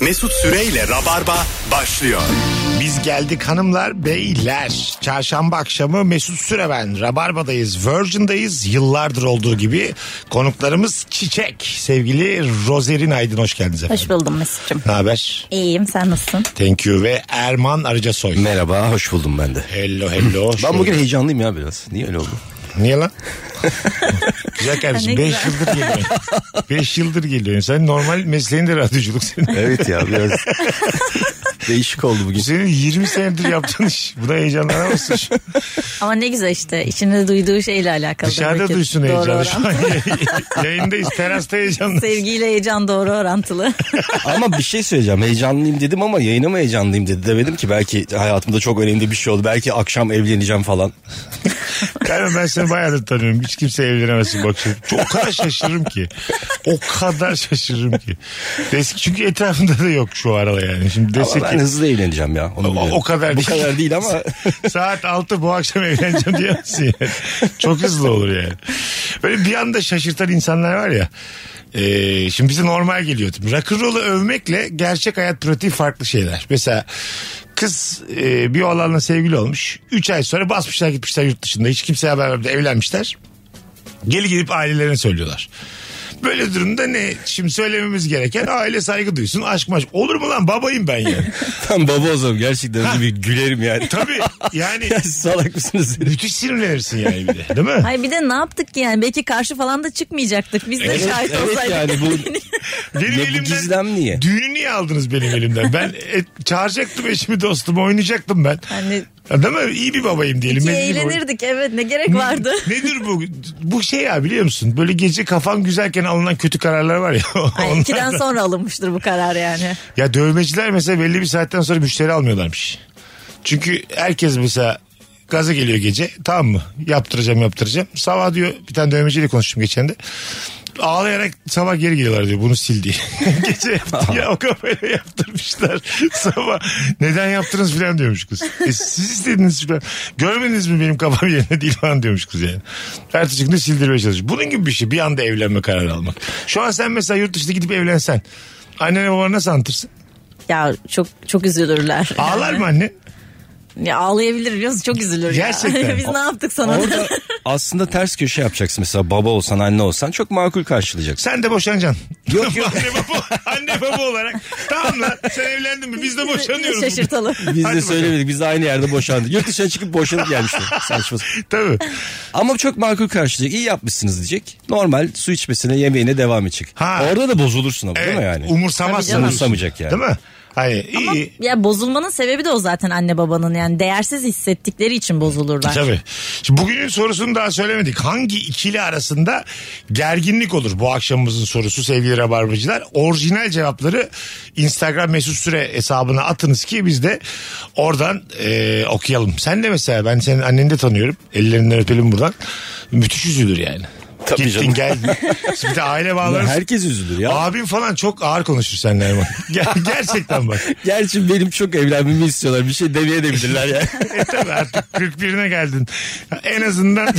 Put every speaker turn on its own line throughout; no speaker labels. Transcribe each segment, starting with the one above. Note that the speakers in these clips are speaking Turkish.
Mesut Süreyle Rabarba başlıyor.
Biz geldik hanımlar beyler. Çarşamba akşamı Mesut Süre ben. Rabarba'dayız, Virgin'dayız. Yıllardır olduğu gibi konuklarımız Çiçek. Sevgili Rozerin Aydın hoş geldiniz efendim.
Hoş buldum Mesut'cum.
Ne haber?
İyiyim sen nasılsın?
Thank you ve Erman Arıcasoy.
Merhaba, hoş buldum ben de.
Hello hello. Şey,
Ben bugün heyecanlıyım ya biraz. Niye öyle oldu?
Niye lan? güzel kardeşim
Ne
5
güzel.
yıldır geliyorsun. 5 yıldır geliyorsun. Sen normal mesleğin de radyoculuk senin.
Evet ya biraz değişik oldu
Bu
bugün.
senin 20 senedir yaptığın iş. Buna heyecanlanamazsın. şu-
Ama ne güzel işte içinde duyduğu şeyle alakalı.
Dışarıda
demek ki.
duysun
Doğru
heyecanı.
oran.
Şu an yayındayız. Terasta heyecanlı.
Sevgiyle heyecan doğru orantılı.
Ama bir şey söyleyeceğim. Heyecanlıyım dedim ama yayına mı heyecanlıyım dedi. Demedim ki belki hayatımda çok önemli bir şey oldu. Belki akşam evleneceğim falan.
Yani ben seni bayağıdır tanıyorum. Hiç kimse evlenemezsin bak şimdi. Çok o kadar şaşırırım ki. O kadar şaşırırım ki. Desk, çünkü etrafında da yok şu arada yani. Şimdi
Ama
dese
ben
ki
hızlı evleneceğim ya. Onu
O-
biliyorum.
o kadar
Bu
değil.
kadar değil ama
saat 6 bu akşam evleneceğim diyemezsin yani. Çok hızlı olur yani. Böyle bir anda şaşırtan insanlar var ya. Ee, şimdi bize normal geliyor. Rock'n'roll'u övmekle gerçek hayat pratiği farklı şeyler. Mesela kız e, bir oğlanla sevgili olmuş. 3 ay sonra basmışlar gitmişler yurt dışında. Hiç kimseye haber vermeden evlenmişler. Geri gelip ailelerine söylüyorlar. Böyle durumda ne? Şimdi söylememiz gereken aile saygı duysun. Aşk maşk. Olur mu lan babayım ben yani.
ben baba olsam gerçekten öyle bir gülerim yani.
Tabii yani
ya siz salak mısınız? dedim.
müthiş sinirlenirsin yani bir de. Değil mi?
Ay bir de ne yaptık ki yani belki karşı falan da çıkmayacaktık. Biz de
Evet,
şahit
evet
olsaydık.
yani bu
Benim
Ya bu
elimden
gizem niye?
Düğünü niye aldınız benim elimden? Ben et, çağıracaktım eşimi dostumu oynayacaktım ben.
Yani
Ya Değil mi? İyi bir babayım diyelim.
iki
medeni bir babayım.
eğlenirdik evet ne gerek vardı.
Nedir bu? Bu şey ya biliyor musun? Böyle gece kafan güzelken alınan kötü kararlar var ya.
Ay,
Onlar
ikiden
da-
sonra alınmıştır bu karar yani.
Ya dövmeciler mesela belli bir saatten sonra müşteri almıyorlarmış. Çünkü herkes mesela gaza geliyor gece tamam mı? Yaptıracağım yaptıracağım. Sabah diyor bir tane dövmeciyle konuştum geçen de. Ağlayarak sabah geri geliyorlar diyor bunu sil diye. Gece yaptı ya o kafayla yaptırmışlar. sabah neden yaptınız filan diyormuş kız. E, siz istediniz filan. Görmediniz mi benim kafam yerine değil falan diyormuş kız yani. Ertesi gün de sildirmeye çalışıyor. Bunun gibi bir şey bir anda evlenme kararı almak. Şu an sen mesela yurt dışına gidip evlensen. Annene babana nasıl anlatırsın?
Ya çok çok üzülürler.
Ağlar mı anne?
Ya ağlayabilir biliyor musun? Çok üzülür ya.
Gerçekten.
Biz ne yaptık sana?
orada aslında ters köşe yapacaksın. Mesela baba olsan anne olsan çok makul karşılayacaksın.
Sen de boşanacaksın.
Yok yok
anne baba, anne baba olarak. Tamam lan sen evlendin mi? Biz de
Bizi- bizi
boşanıyoruz.
Şaşırtalım.
Biz
Hadi
de
bakalım.
söylemedik. Biz de aynı yerde boşandık. Yurt dışına çıkıp boşanıp gelmişler. Saçma. sapan.
Tabii.
Ama çok makul karşılayacak. İyi yapmışsınız diyecek. Normal su içmesine yemeğine devam edecek.
Ha.
Orada da bozulursun ama değil mi yani?
Tabii
Umursamazsın.
canım.
Umursamayacak yani.
Değil mi? Hayır iyi.
Ya bozulmanın sebebi de o zaten anne babanın yani değersiz hissettikleri için bozulurlar.
Tabii. Şimdi bugünün sorusunu daha söylemedik. Hangi ikili arasında gerginlik olur? Bu akşamımızın sorusu sevgili rabarbacılar. Orijinal cevapları Instagram mesut süre hesabına atınız ki biz de oradan e, okuyalım. Sen de mesela ben senin anneni de tanıyorum. Ellerinden öpelim buradan. Müthiş üzülür yani.
Tabii
Gittin
canım.
geldin. Bir de aile bağları.
Herkes üzülür ya.
Abim falan çok ağır konuşur seninle Erman. Ger- gerçekten bak.
Gerçi benim çok evlenmemi istiyorlar. Bir şey demeye de bilirler yani.
E tabii artık 41'ine geldin. En azından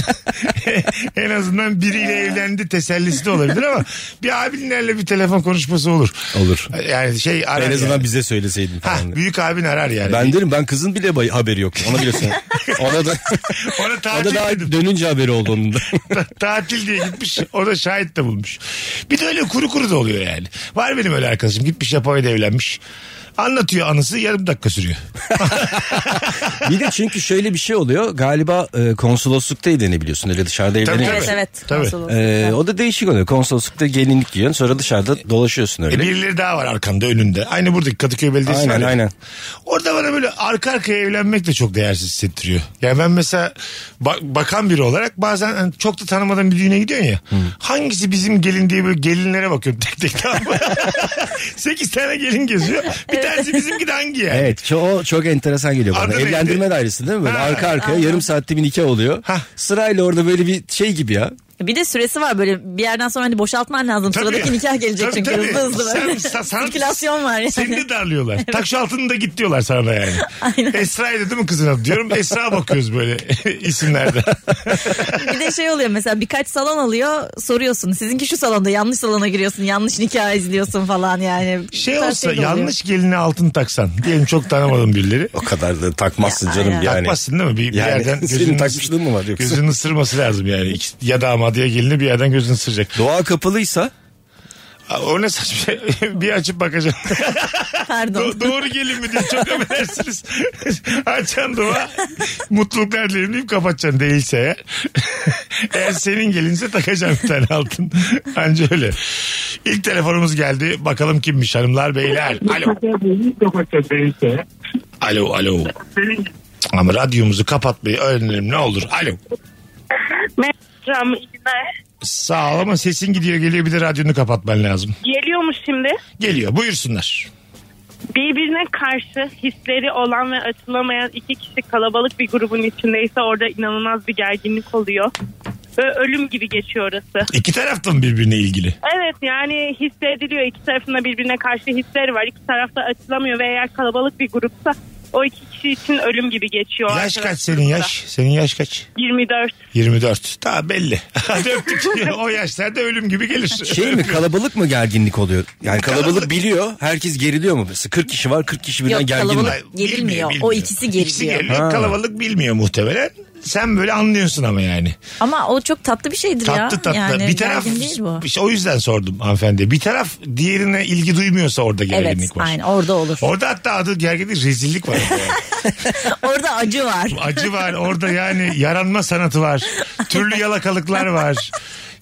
en azından biriyle evlendi tesellisi de olabilir ama bir abinlerle bir telefon konuşması olur.
Olur.
Yani şey arar
en azından
yani.
bize söyleseydin
Ha,
falan.
büyük abin arar yani.
ben derim ben kızın bile bay- haberi yok. Ona bile söyle. Ona da,
Ona
o da
tatil
daha
dedim.
dönünce haberi oldu onun da.
tatil diye gitmiş. O da şahit de bulmuş. Bir de öyle kuru kuru da oluyor yani. Var benim öyle arkadaşım. Gitmiş Japonya'da evlenmiş. Anlatıyor anısı yarım dakika sürüyor.
bir de çünkü şöyle bir şey oluyor. Galiba e, konsoloslukta evlenebiliyorsun. Öyle dışarıda
tabii.
evlenemiyorsun.
Evet evet.
Tabii.
Nasıl olur?
Ee, o da değişik oluyor. Konsoloslukta gelinlik giyiyorsun sonra dışarıda dolaşıyorsun
E
öyle.
birileri daha var arkanda önünde. Aynı buradaki Kadıköy Belediyesi
Aynen,
var ya.
aynen.
Orada bana böyle arka arkaya evlenmek de çok değersiz hissettiriyor. Yani ben mesela ba- bakan biri olarak bazen hani çok da tanımadan bir düğüne gidiyorsun ya. Hangisi bizim gelin diye böyle gelinlere bakıyorum tek tek. tamam mı? Sekiz tane gelin geziyor. Bir tanesi bizimki de hangi yani?
Evet ço- çok enteresan geliyor bana.
Adı neydi?
Evlendirme dairesi değil mi? Böyle
Ha.
arka arkaya yarım saatte bir nikah oluyor.
Hah.
Sırayla orada böyle bir şey gibi ya.
Bir de süresi var böyle bir yerden sonra hani boşaltman lazım.
Tabii.
Sıradaki nikah gelecek
Tabii,
çünkü
tabii.
hızlı hızlı
Sen-
böyle.
sen- sen-
Sirkülasyon var yani.
Seni de darlıyorlar. Tak şu altını da git diyorlar sana da yani.
Aynen.
Esra'ydı değil mi kızın adı? Diyorum Esra bakıyoruz böyle isimlerde.
Bir de şey oluyor mesela birkaç salon alıyor soruyorsun. Sizinki şu salonda yanlış salona giriyorsun. Yanlış nikah izliyorsun falan yani. Bu
Şey
tarz
olsa
de oluyor.
yanlış geline altın taksan. Diyelim çok tanımadım birileri.
O kadar da takmazsın
Ya,
canım
aynen.
yani.
Takmazsın değil mi? Bir, bir
Yani
yerden
senin takmışlığın mı var yoksa?
Gözünün ısırması lazım yani. İkisi- Ya damadı ya gelini bir yerden gözünü ısıracak.
Doğa kapalıysa
Aa, O ne saçma şey. bir açıp bakacağım.
Pardon.
Do- doğru gelin mi diye çok affedersiniz. Açan dua. Mutluluklar dilerim deyip kapatacaksın değilse eğer. eğer senin gelinse takacaksın bir tane altın. Anca öyle. İlk telefonumuz geldi. Bakalım kimmiş hanımlar beyler. Alo. Alo alo. Ama radyomuzu kapatmayı öğrenelim ne olur. Alo.
Merhaba iyi günler.
Sağ ol ama sesin gidiyor geliyor bir de radyonu kapatman lazım.
Geliyormuş şimdi.
Geliyor buyursunlar.
Birbirine karşı hisleri olan ve açılamayan iki kişi kalabalık bir grubun içindeyse orada inanılmaz bir gerginlik oluyor. Ve ölüm gibi geçiyor orası.
İki taraftan birbirine ilgili.
Evet yani hissediliyor. İki tarafında birbirine karşı hisleri var. İki tarafta açılamıyor ve eğer kalabalık bir grupsa o iki kişi için ölüm gibi geçiyor.
Yaş kaç senin yaş? Senin yaş kaç?
24.
24. Daha belli. Hadi öptük. o yaşlarda ölüm gibi gelir.
şey mi kalabalık mı gerginlik oluyor? Yani kalabalık biliyor herkes geriliyor mu? Mesela 40 kişi var 40 kişi birden
Yok,
gergin.
kalabalık-
mi?
Ay,
Gerilmiyor. O ikisi
İkisi
geriliyor.
geriliyor.
Ha.
Kalabalık bilmiyor muhtemelen. Sen böyle anlıyorsun ama yani.
Ama o çok tatlı bir şeydir ya.
Tatlı tatlı.
Yani
bir şey, taraf
gergin değil bu.
İşte o yüzden sordum hanımefendi. Bir taraf diğerine ilgi duymuyorsa orada gerginlik
Evet
var.
aynen orada olur.
Orada hatta adı gerginlik rezillik var. orada yani.
orada acı var.
Acı var orada yani yaranma sanatı var. Türlü yalakalıklar var.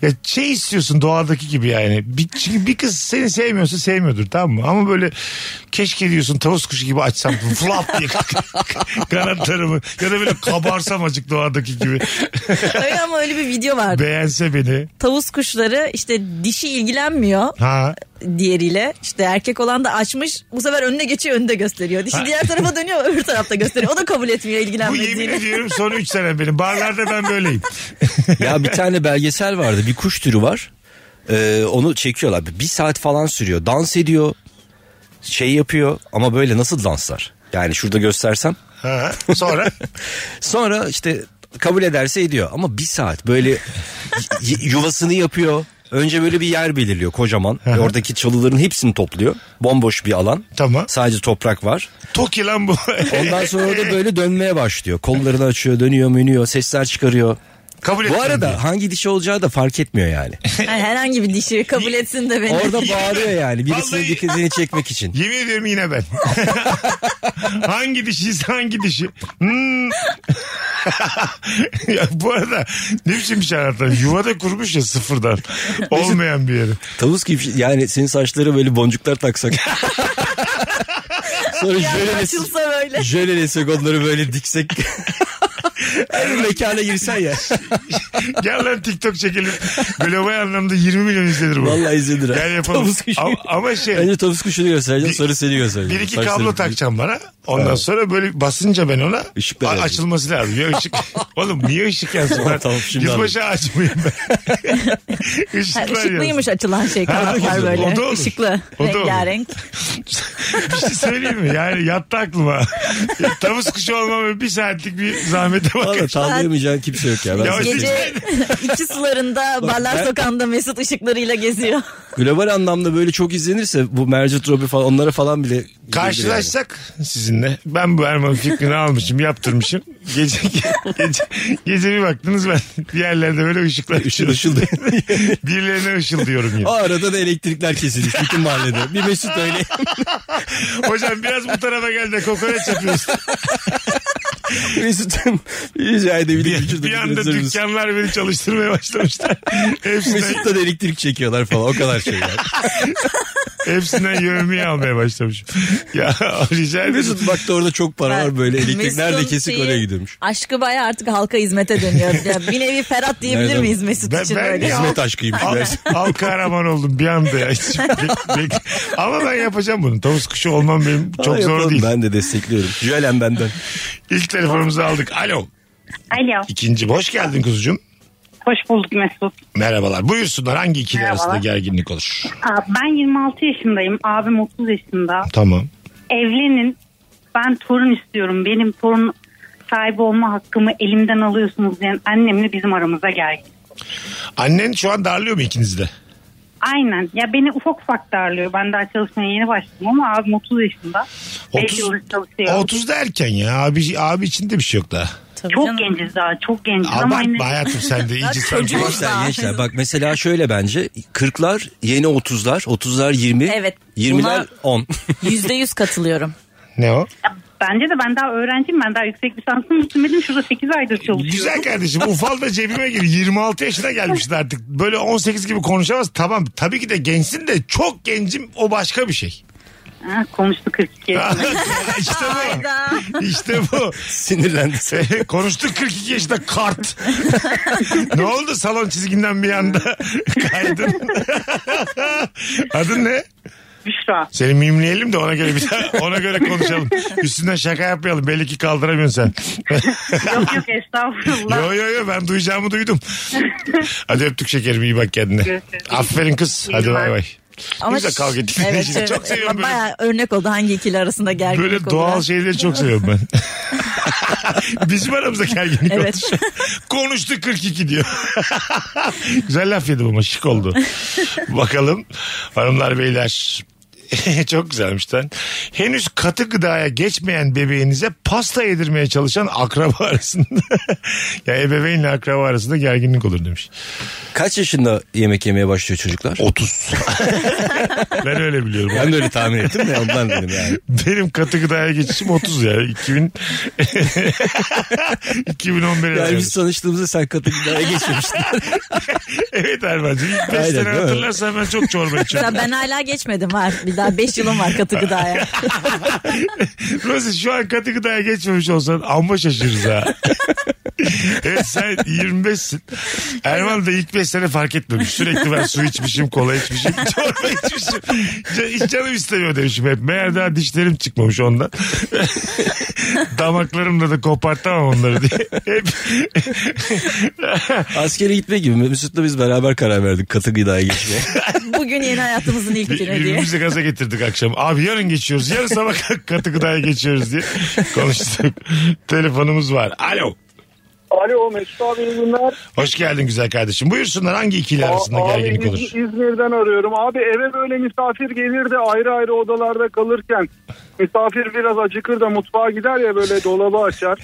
Ya şey istiyorsun doğadaki gibi yani. Bir, çünkü bir kız seni sevmiyorsa sevmiyordur tamam mı? Ama böyle keşke diyorsun tavus kuşu gibi açsam flap diye kanatlarımı. Ya da böyle kabarsam acık doğadaki gibi.
öyle ama öyle bir video var.
Beğense beni.
Tavus kuşları işte dişi ilgilenmiyor
Ha.
diğeriyle. İşte erkek olan da açmış. Bu sefer önüne geçiyor önünde gösteriyor. Dişi diğer tarafa dönüyor öbür tarafta gösteriyor. O da kabul etmiyor
Bu yemin
ilgilenmediğini.
ediyorum son 3 sene benim. Barlarda ben böyleyim.
Ya bir tane belgesel vardı bir kuş türü var. Ee, onu çekiyorlar bir saat falan sürüyor dans ediyor şey yapıyor ama böyle nasıl danslar? Yani şurada göstersem
Ha. Sonra
Sonra işte kabul ederse ediyor ama bir saat böyle y- y- yuvasını yapıyor. Önce böyle bir yer belirliyor kocaman. Ve Oradaki çalıların hepsini topluyor. Bomboş bir alan.
Tamam.
Sadece toprak var.
Toki lan bu.
Ondan sonra da böyle dönmeye başlıyor. Kollarını açıyor, dönüyor, münüyor, sesler çıkarıyor.
Kabul
Bu
etmem diye.
arada hangi dişi olacağı da fark etmiyor yani.
Yani herhangi bir dişi kabul etsin de beni.
Orada bağırıyor yani birisinin
Vallahi-
dikkatini çekmek için.
Yemin ediyorum yine ben. hangi dişiyse hangi dişi. Hmm. ya bu arada ne biçim bir şey anlatan? Yuvada kurmuş ya sıfırdan. Olmayan bir yeri.
Tavus gibi şey- yani senin saçları böyle boncuklar taksak. Sonra jölelesi,
açılsa böyle.
jölelesek onları böyle diksek. Her mekana girsen ya.
Gel lan TikTok çekelim. Global anlamda 20 milyon izlenir bu.
Vallahi izlenir. ha.
Gel yapalım.
Tavus kuşu.
Ama, ama şey
Önce tavus kuşunu göstereceğim sonra seni
bir
göstereceğim.
iki
Saçları-
kablo takacağım bana. Ondan sonra böyle basınca ben ona
Işıklar
a-
yanıyor.
açılması lazım. Ya ışık. Oğlum niye ışık yansın? lan?
Tamam, şimdi
Yılbaşı ağacı mıyım ben?
Ha,
Işıklar yansın.
ışıklıymış açılan şey
Ha,
kanatlar
güzel. O
böyle.
da olur.
Işıklı,
O da olur.
rengarenk.
bir şey söyleyeyim mi? Yani yattı aklıma. Ya, Tavus kuşu olmam ve bir saatlik bir zahmete
Valla
bakar.
tavlayamayacağın kimse yok ya. Ben
Ya
sana
işte-
söyleyeyim.
Gece iki sularında barlar
ben-
sokağında Mesut ışıklarıyla geziyor.
Global anlamda böyle çok izlenirse bu Mercut Robi falan onlara falan bile... gidebilir
Karşılaşsak sizinle ben bu Erman fikrini almışım yaptırmışım. Gece, gece, gece bir baktınız ben bir yerlerde böyle ışıklar
yani. Işıl ışıl.
Birilerine ışıldıyorum yine.
O arada da elektrikler kesilmiş bütün mahallede. Bir Mesut öyle.
Hocam biraz bu tarafa gel de kokoreç yapıyorsun.
Mesut'um rica
Bir,
edebilir
bir anda dükkanlar beni çalıştırmaya başlamışlar. hepsinden,
Mesut'ta da elektrik çekiyorlar falan o kadar şey şeyler.
hepsinden yövmeyi almaya başlamışım. Ya rica ederim.
Mesut baktı orada çok para var böyle elektrik
Mesut'un
nerede kesik
şeyi-
oraya gidiyormuş.
Aşkı baya artık halka hizmete dönüyor. Ya bir nevi Ferhat diyebilir
Nereden?
miyiz Mesut
Ben-
için
ben
böyle?
ya-
Hizmet aşkıymış
Al,
dersin.
al kahraman oldum bir anda ya. Hiç bek- bek- Ama ben yapacağım bunu. Tavus kuşu olmam benim çok
Aa,
zor
yapalım.
değil.
Ben de destekliyorum. Jölen benden.
İlk telefonumuzu aldık. Alo.
Alo.
İkinci. Hoş geldin kuzucuğum.
Hoş bulduk Mesut.
Merhabalar. Buyursunlar hangi ikili
Merhabalar.
arasında gerginlik olur?
Aa, ben 26 yaşındayım. Abim 30 yaşında.
Tamam.
Evlenin. Ben torun istiyorum. Benim torun sahibi olma hakkımı elimden alıyorsunuz diyen annemle bizim aramıza geldi.
Annen şu an darlıyor mu ikinizi de?
Aynen. Ya beni ufak ufak darlıyor. Ben daha çalışmaya yeni başladım ama abim 30 yaşında. 5 yıldır çalışıyor.
30 da erken ya. Abi, abi içinde bir şey yok daha.
Tabii
Çok
canım.
genciz daha. Çok genciz ama yine-
Abartma hayatım sen de iyice sen.
çocuğum.
Gençler
Daha-
gençler bak mesela şöyle bence 40'lar yeni 30'lar 30'lar 20
Evet,
20'ler 10.
Yüzde yüz katılıyorum.
Ne o?
Bence de ben daha öğrenciyim. Ben daha yüksek lisansımı bitirmedim. Şurada 8 aydır çalışıyorum.
Güzel kardeşim ufal da cebime gir. 26 yaşına gelmişsin artık. Böyle 18 gibi konuşamaz. Tamam tabii ki de gençsin de çok gencim o başka bir şey.
Ha, konuştu 42.
işte bu.
Hayda.
İşte bu.
Sinirlendi.
Konuştuk 42 yaşında kart. ne oldu salon çizginden bir anda kaydın? Adın ne?
Büşra.
Seni mimleyelim de ona göre bir daha- ona göre konuşalım. Üstünden şaka yapmayalım. Belli ki kaldıramıyorsun sen.
Yok yok estağfurullah.
Yo yo yo ben duyacağımı duydum. Hadi öptük şekerim iyi bak kendine.
Görüşürüz.
Aferin kız.
İyi
Hadi
günler.
bay bay. Ama Güzel
ş-
kavga ettik.
evet,
Çok seviyorum böyle.
Bayağı örnek oldu hangi ikili arasında gerginlik
Böyle
olur.
doğal şeyleri çok seviyorum ben. Bizim aramızda gerginlik
Evet.
olmuş. Konuştu 42 diyor. Güzel laf yedim ama şık oldu. Bakalım hanımlar beyler. çok güzelmiş lan. Henüz katı gıdaya geçmeyen bebeğinize pasta yedirmeye çalışan akraba arasında. ya ebeveynle akraba arasında gerginlik olur demiş.
Kaç yaşında yemek yemeye başlıyor çocuklar?
30. ben öyle biliyorum.
Ben de öyle tahmin ettim de ondan dedim yani.
Benim katı gıdaya geçişim 30 ya. 2000 2011
Yani
yani
biz tanıştığımızda sen katı gıdaya geçmemiştin.
Evet Erman'cığım. İlk 5
Aynen,
sene
değil mi?
hatırlarsan ben çok çorba içiyorum.
Mesela ben hala geçmedim var. Bir daha 5 yılım var katı gıdaya.
Rozi şu an katı gıdaya geçmemiş olsan amma şaşırırız ha. evet sen 25'sin. Erman da ilk 5 sene fark etmemiş. Sürekli ben su içmişim, kola içmişim, çorba içmişim. Can- Hiç canım istemiyor demişim hep. Meğer daha dişlerim çıkmamış ondan. Damaklarımla da kopartamam onları diye. Hep
Askere gitme gibi. Mesut'la biz beraber karar verdik katı gıdaya geçmeye.
Bugün yeni hayatımızın ilk günü diye.
Birbirimizi gaza getirdik akşam. Abi yarın geçiyoruz. Yarın sabah katı gıdaya geçiyoruz diye konuştuk. Telefonumuz var. Alo.
Alo Mesut abi iyi günler.
Hoş geldin güzel kardeşim. Buyursunlar hangi ikili arasında
Aa,
gerginlik
abi,
olur?
İz- İzmir'den arıyorum. Abi eve böyle misafir gelir de ayrı ayrı odalarda kalırken misafir biraz acıkır da mutfağa gider ya böyle dolabı açar.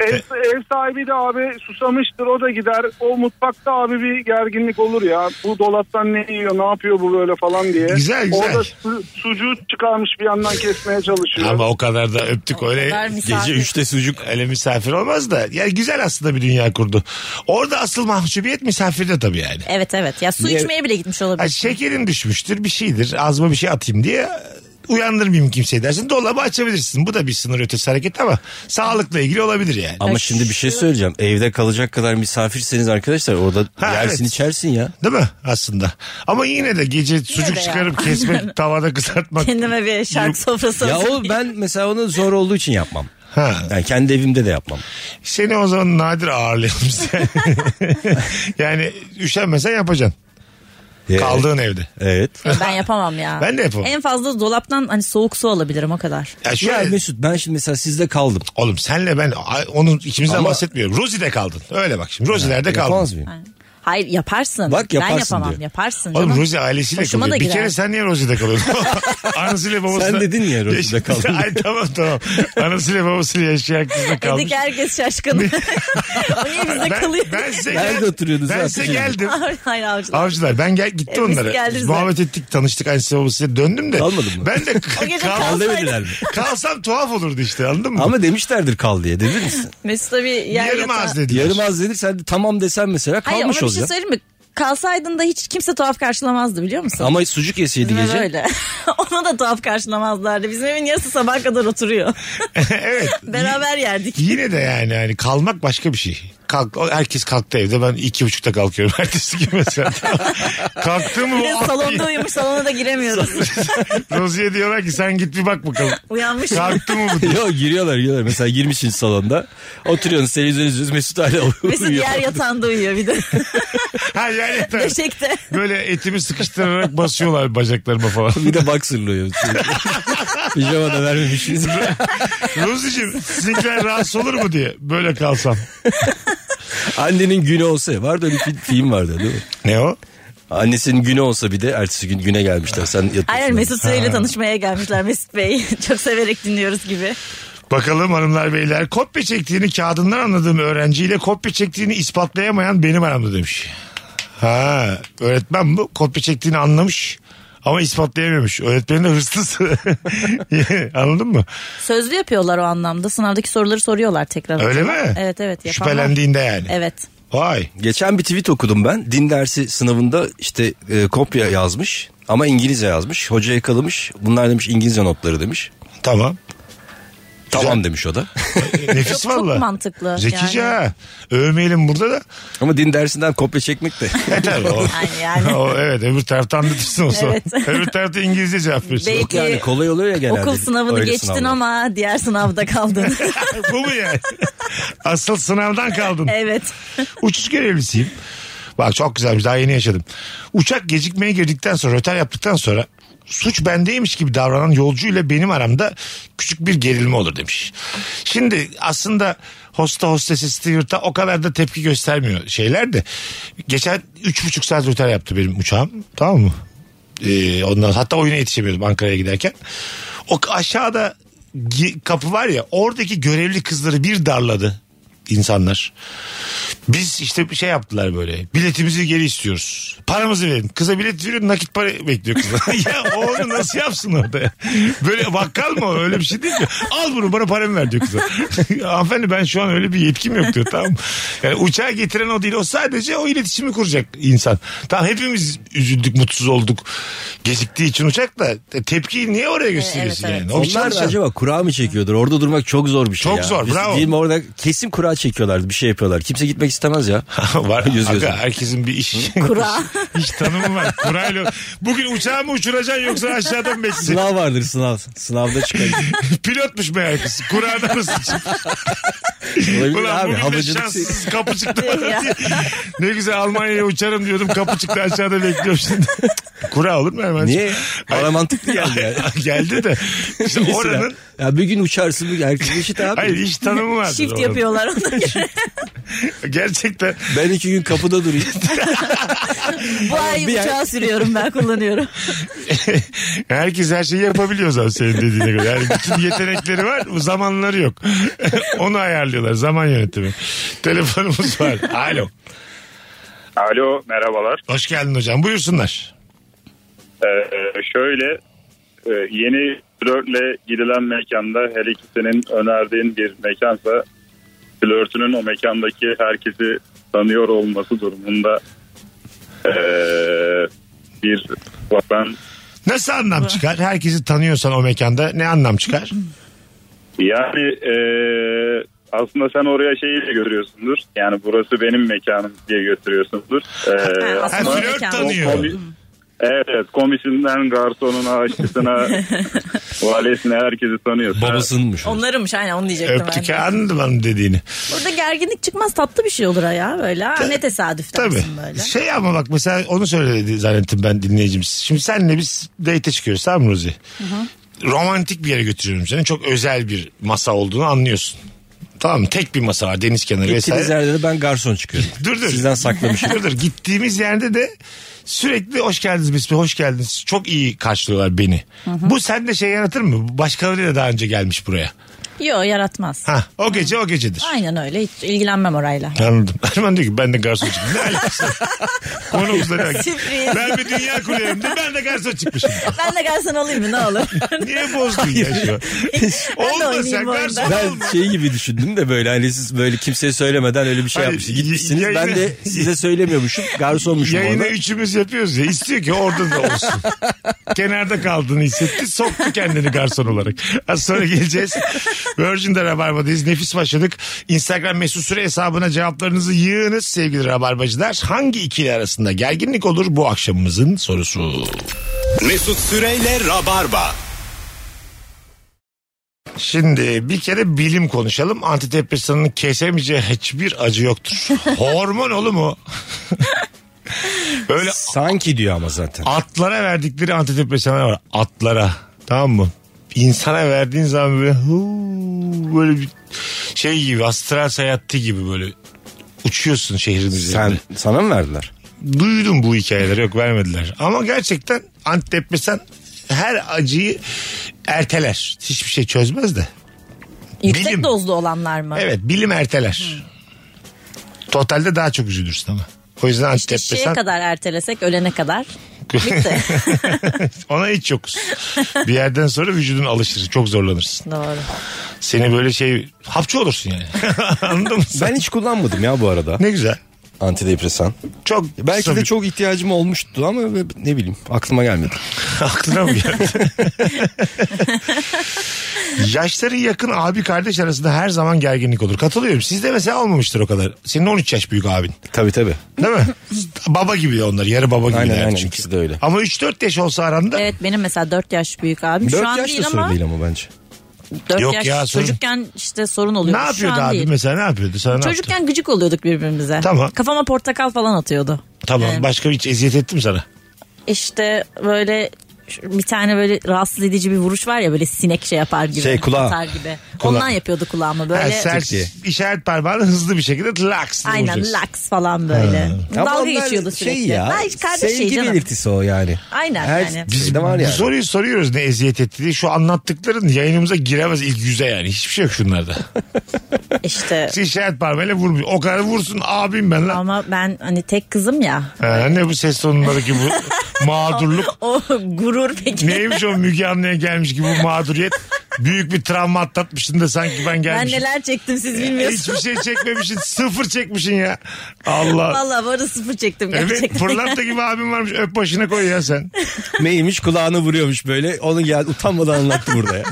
ev, ev sahibi de abi susamıştır o da gider. O mutfakta abi bir gerginlik olur ya. Bu dolaptan ne yiyor ne yapıyor bu böyle falan diye.
Güzel, güzel.
Orada su, sucuğu çıkarmış bir yandan kesmeye çalışıyor.
Ama o kadar da öptük
kadar
öyle.
misafir.
Gece 3'te sucuk. Öyle misafir olmaz da. Yani güzel aslında bir dünya kurdu. Orada asıl mahcubiyet misafirde tabii yani.
Evet evet. Ya su
Niye-
içmeye bile gitmiş
Ha,
olabilir.
şekerin düşmüştür bir şeydir. Ağzıma bir şey atayım diye uyandırmayayım kimseyi dersin. Dolabı açabilirsin. Bu da bir sınır ötesi hareket ama sağlıkla ilgili olabilir yani.
Ama şimdi bir şey söyleyeceğim. Evde kalacak kadar misafirseniz arkadaşlar orada
Ha,
yersin
evet.
içersin ya.
Değil mi aslında? Ama yine de gece sucuk
de ya.
çıkarıp kesmek, tavada kızartmak.
Kendime bir şarkı sofrası
Ya o
hazırlayayım.
ben mesela onu zor olduğu için yapmam.
Ha.
Yani kendi evimde de yapmam.
Seni o zaman nadir ağırlayalım biz. yani üşenmesen yapacaksın.
Ee,
Kaldığın evde.
Evet.
Ben yapamam ya.
Ben de yapamam.
En fazla dolaptan hani soğuk su alabilirim o kadar.
Ya
Ya
şöyle,
Mesut ben şimdi mesela sizde kaldım.
oğlum senle ben ay- onun ikimizden
Ama-
bahsetmiyorum. Rozi'de kaldın. Öyle bak şimdi. Rozi'lerde
Yapamaz
kaldın.
mıyım?
Hayır yaparsın.
Bak, yaparsın
Ben yapamam
diyor.
yaparsın.
Oğlum
canım.
Rozi ailesiyle
Hoşuma da
kalıyor. Bir
girer.
kere sen niye Rozi'de kalıyorsun? Anasıyla babasıyla.
Sen dedin ya Rozi'de kaldın.
Ay tamam tamam. Anasıyla babasıyla yaşayan kızla kalmış.
Dedik herkes şaşkın. o niye bizde
Ben,
kalıyor?
ben size,
Nerede
gel-
oturuyordunuz
ben
abi?
size geldim.
Hayır avcılar.
Avcılar ben gel gitti
Hepimiz
onlara.
geldi
Biz
size.
muhabbet ettik tanıştık annesi babası döndüm de.
Kalmadın mı?
Ben de
O gece
kal-
kaldı.
demediler mi?
kalsam tuhaf olurdu işte anladın mı?
Ama demişlerdir kal diye dedin misin?
Mesut'a bir yer
Yarım
yatağı-
ağız dediler.
Yarım az dedi sen de tamam desen mesela
Hayır ona
kalmış
bir şey
olacaksın.
söyleyeyim mi? Kalsaydın da hiç kimse tuhaf karşılamazdı biliyor musun?
Ama sucuk yeseydi
Bizim ev
gece.
öyle. Ona da tuhaf karşılamazlardı. Bizim evin yarısı sabaha kadar oturuyor.
evet.
Beraber yerdik.
Yine de yani hani kalmak başka bir şey. kalk, o- herkes kalktı evde. Ben iki buçukta kalkıyorum. Ertesi gün mesela. Kalktım mı?
Bir de salonda uyumuş salona da giremiyoruz.
Rozi'ye diyorlar ki sen git bir bak bakalım.
Uyanmış.
Kalktı mı bu diye.
Yok giriyorlar giriyorlar. Mesela 20. salonda oturuyorsunuz televizyon izliyorsunuz Mesut hala
Mesut
uyuyor.
yer yatağında uyuyor bir de.
Ha yani yeter.
Döşekte.
Böyle etimi sıkıştırarak basıyorlar bacaklarıma falan.
Bir de baksırlı uyuyor. Pijama da vermemişsiniz.
Rozi'cim sizinkiler rahatsız olur mu diye böyle kalsam.
Annenin günü olsa vardı öyle bir film vardı değil mi?
Ne o?
Annesinin günü olsa bir de ertesi gün güne gelmişler. Sen yatıyorsun.
Aynen Mesut Süreyle tanışmaya gelmişler Mesut Bey. Çok severek dinliyoruz gibi.
Bakalım hanımlar beyler kopya çektiğini kağıdından anladığım öğrenciyle kopya çektiğini ispatlayamayan benim aramda demiş. Ha öğretmen bu kopya çektiğini anlamış ama ispatlayamamış. Öğretmenin de hırsız. Anladın mı?
Sözlü yapıyorlar o anlamda. Sınavdaki soruları soruyorlar tekrar.
Öyle mi?
Evet evet. yapan var.
Şüphelendiğinde yani.
Evet.
Vay.
Geçen bir tweet okudum ben. Din dersi sınavında işte e, kopya yazmış ama İngilizce yazmış. Hoca yakalamış. Bunlar demiş İngilizce notları demiş.
Tamam.
Tamam demiş o da.
Nefis
Çok- çok
valla.
mantıklı
Zekice
yani.
ha. Övmeyelim burada da.
ama din dersinden kopya çekmek de.
E tabii o.
Yani yani.
o, evet öbür taraftan anlatırsın o zaman.
Evet.
öbür tarafta İngilizce cevap verirsin.
Bey-
Yok yani kolay oluyor ya genelde.
Okul sınavını
Öyle
geçtin
sınavlar.
ama diğer sınavda kaldın.
Bu mu yani? Asıl sınavdan kaldın.
evet.
Uçuş görevlisiyim. Bak çok güzelmiş daha yeni yaşadım. Uçak gecikmeye girdikten sonra rötar yaptıktan sonra suç bendeymiş gibi davranan yolcu ile benim aramda küçük bir gerilme olur demiş. Şimdi aslında hosta hostesi steward'a o kadar da tepki göstermiyor şeyler de. Geçen 3,5 saat rötar yaptı benim uçağım tamam mı? Ee, ondan hatta oyuna yetişemiyordum Ankara'ya giderken. O aşağıda gi- kapı var ya oradaki görevli kızları bir darladı insanlar. Biz işte bir şey yaptılar böyle. Biletimizi geri istiyoruz. Paramızı verin. Kıza bilet veriyor nakit para bekliyor kızlar. ya o onu nasıl yapsın orada ya? Böyle bakkal mı o? öyle bir şey değil mi? Al bunu bana paramı ver diyor kıza. Hanımefendi ben şu an öyle bir yetkim yok diyor tamam mı? Yani uçağı getiren o değil o sadece o iletişimi kuracak insan. Tamam hepimiz üzüldük mutsuz olduk. Geciktiği için uçak da e, tepkiyi niye oraya gösteriyorsun
evet.
yani? O bir
Onlar da
çalışan.
acaba kura mı çekiyordur? Orada durmak çok zor bir şey
Çok
ya.
zor,
Biz
bravo.
Değil mi orada kesin kura çekiyorlardı bir şey yapıyorlar. Kimse gitmek istemez ya.
var.
Yüz
Aga,
gözüm.
herkesin bir iş.
Kura.
iş tanımı var. Kurayla. Bugün uçağı mı uçuracaksın yoksa aşağıdan mı bekleyeceksin?
Sınav vardır sınav. Sınavda çıkar.
Pilotmuş meğer kız. Kurada nasıl çıktı?
Olabilir
Ulan
abi.
bugün de
Havacılık.
şanssız kapı çıktı. bana
Ya.
diye. ne güzel Almanya'ya uçarım diyordum. Kapı çıktı aşağıda bekliyorum şimdi. Kura olur mu hemen?
Niye? Bana mantıklı geldi yani.
Geldi de. İşte
Mesela,
oranın
Ya bir gün uçarsın bir gün herkes eşit abi.
Hayır iş tanımı var.
Shift yapıyorlar ona göre.
Gerçekten
Ben iki gün kapıda durayım.
Bu ay
bir ay-
uçağı sürüyorum ben kullanıyorum.
herkes her şeyi yapabiliyor zaten senin dediğine göre. Yani bütün yetenekleri var zamanları yok. Onu ayarlıyorlar zaman yönetimi. Telefonumuz var. Alo.
Alo merhabalar.
Hoş geldin hocam buyursunlar.
Ee, şöyle e, yeni flörtle gidilen mekanda her ikisinin önerdiğin bir mekansa flörtünün o mekandaki herkesi tanıyor olması durumunda e, bir ben
Nasıl anlam çıkar? Herkesi tanıyorsan o mekanda ne anlam çıkar?
yani e, aslında sen oraya şeyi de götürüyorsundur. Yani burası benim mekanım diye götürüyorsundur. Ee,
aslında
ama-
Ha, flört
mekan.
tanıyor.
Komi- Evet, evet. komisinden garsonuna, aşçısına, valisine herkesi tanıyorsun.
Babasınmış.
Onlarınmış aynen onu diyecektim
Öptük
ben. de.
anladım hanım dediğini.
Burada gerginlik çıkmaz tatlı bir şey olur ya böyle. Ha, ne tesadüf
Tabii.
dersin böyle.
Şey ama bak mesela onu söyledi zannettim ben dinleyicimiz. Şimdi senle biz date çıkıyoruz tamam mı Ruzi? Romantik bir yere götürüyorum seni. Çok özel bir masa olduğunu anlıyorsun. Tamam mı? Tek bir masa var deniz kenarı
Gittiğiniz
vesaire.
yerde de ben garson çıkıyorum.
Dur, dur.
Sizden saklamışım.
Dur dur gittiğimiz yerde de sürekli hoş geldiniz bismi hoş geldiniz. Çok iyi karşılıyorlar beni. Bu sende şey yaratır mı? Başkaları da daha önce gelmiş buraya.
Yok yaratmaz.
Ha, o gece o gecedir.
Aynen öyle hiç ilgilenmem orayla.
Anladım. Erman diyor ki ben de garson çıktım. Ne alakası? var? Konumuzla ne alakası var?
Sürpriz.
Ben bir dünya kuruyorum diye ben de garson çıkmışım.
Ben de garson olayım mı ne olur.
Niye bozdun ya şu an? Olma
oynayayım
sen
orada.
garson
Ben
olma.
şey gibi düşündüm de böyle hani siz böyle kimseye söylemeden öyle bir şey
Hayır,
yapmışsınız. Gitmişsiniz
yayına-
ben de size söylemiyormuşum. Garsonmuşum
Yayını
orada.
üçümüz yapıyoruz ya. İstiyor ki orada da olsun. Kenarda kaldığını hissetti. Soktu kendini garson olarak. Az sonra geleceğiz. Virgin'de Rabarba'dayız. Nefis başladık. Instagram mesut süre hesabına cevaplarınızı yığınız sevgili Rabarbacılar. Hangi ikili arasında gerginlik olur bu akşamımızın sorusu.
Mesut Süreyle Rabarba.
Şimdi bir kere bilim konuşalım. Antidepresanın kesemeyeceği hiçbir acı yoktur. Hormon oğlum o. Böyle
Sanki diyor ama zaten.
atlara verdikleri antidepresanlar var. Atlara. Tamam mı? İnsana verdiğin zaman böyle huu, böyle bir şey gibi astral seyahati gibi böyle uçuyorsun şehrin üzerinde.
Sen, sana mı verdiler?
Duydum bu hikayeleri yok vermediler. Ama gerçekten antidepresan her acıyı erteler. Hiçbir şey çözmez de.
Yüksek
Bilim.
dozlu olanlar mı?
Evet bilim erteler. Totalde daha çok üzülürsün ama. O yüzden
Şeye
antidepresan
kadar ertelesek ölene kadar. Bitti.
ona hiç yokuz. bir yerden sonra vücudun alışır. Çok zorlanırsın.
Doğru.
Seni böyle şey hapçı olursun yani. Anladın mı? sen?
Ben hiç kullanmadım ya bu arada
Ne güzel.
antidepresan.
Çok
Belki
kısa
de
bir-
çok ihtiyacım olmuştu ama ne bileyim aklıma gelmedi.
aklına mı geldi? Yaşları yakın abi kardeş arasında her zaman gerginlik olur. Katılıyorum. Sizde mesela olmamıştır o kadar. Senin 13 yaş büyük abin.
Tabii tabii.
Değil mi? baba gibi onlar. Yarı baba gibi.
Aynen
yani
aynen
çünkü.
ikisi de öyle.
Ama 3-4 yaş olsa aranda
Evet benim mesela 4 yaş büyük abim. Şu
4
an
yaş da
değil
sorun
ama
değil ama bence.
4
Yok
yaş
ya, sorun-
çocukken işte sorun oluyor.
ne yapıyordu
Şu an
abi
değil.
mesela ne yapıyordu? Sana ne yaptı?
Çocukken gıcık oluyorduk birbirimize.
Tamam.
Kafama portakal falan atıyordu.
Tamam
Evet.
başka hiç eziyet ettim sana.
İşte böyle şu- bir tane böyle rahatsız edici bir vuruş var ya böyle sinek şey yapar gibi.
Şey, kulağa.
Atar gibi.
Kulağa.
Ondan yapıyordu kulağıma
Ha,
böyle.
sert
diye.
işaret parmağını hızlı bir şekilde laks diye
Aynen
vuracaksın.
laks falan böyle. Dalga geçiyordu sürekli.
Şey ya,
Ha, hiç kardeş
sevgi
şey canım.
belirtisi o yani.
Aynen
Her
yani.
şeyde var
Bu
yani.
soruyu soruyoruz ne eziyet etti diye. Şu anlattıkların yayınımıza giremez ilk yüze yani. Hiçbir şey yok şunlarda.
İşte
Siz işaret parmağıyla vurmuyor. O kadar vursun abim ben lan.
ama ben hani tek kızım ya.
Ha, ne bu ses tonundaki bu mağdurluk.
O gurur peki.
Neymiş o Müge Anlı'ya gelmiş gibi bu mağduriyet. Büyük bir travma atlatmışsın da sanki ben
Ben
gelmişim.
neler çektim siz
Hiçbir
bilmiyorsunuz.
şey çekmemişsin. Sıfır çekmişsin ya. Allah.
Valla bu arada sıfır çektim
Evet
gerçekten.
pırlanta gibi abim varmış. Öp başına koy ya sen.
Neymiş kulağını vuruyormuş böyle. Onu geldi utanmadan anlattı burada ya.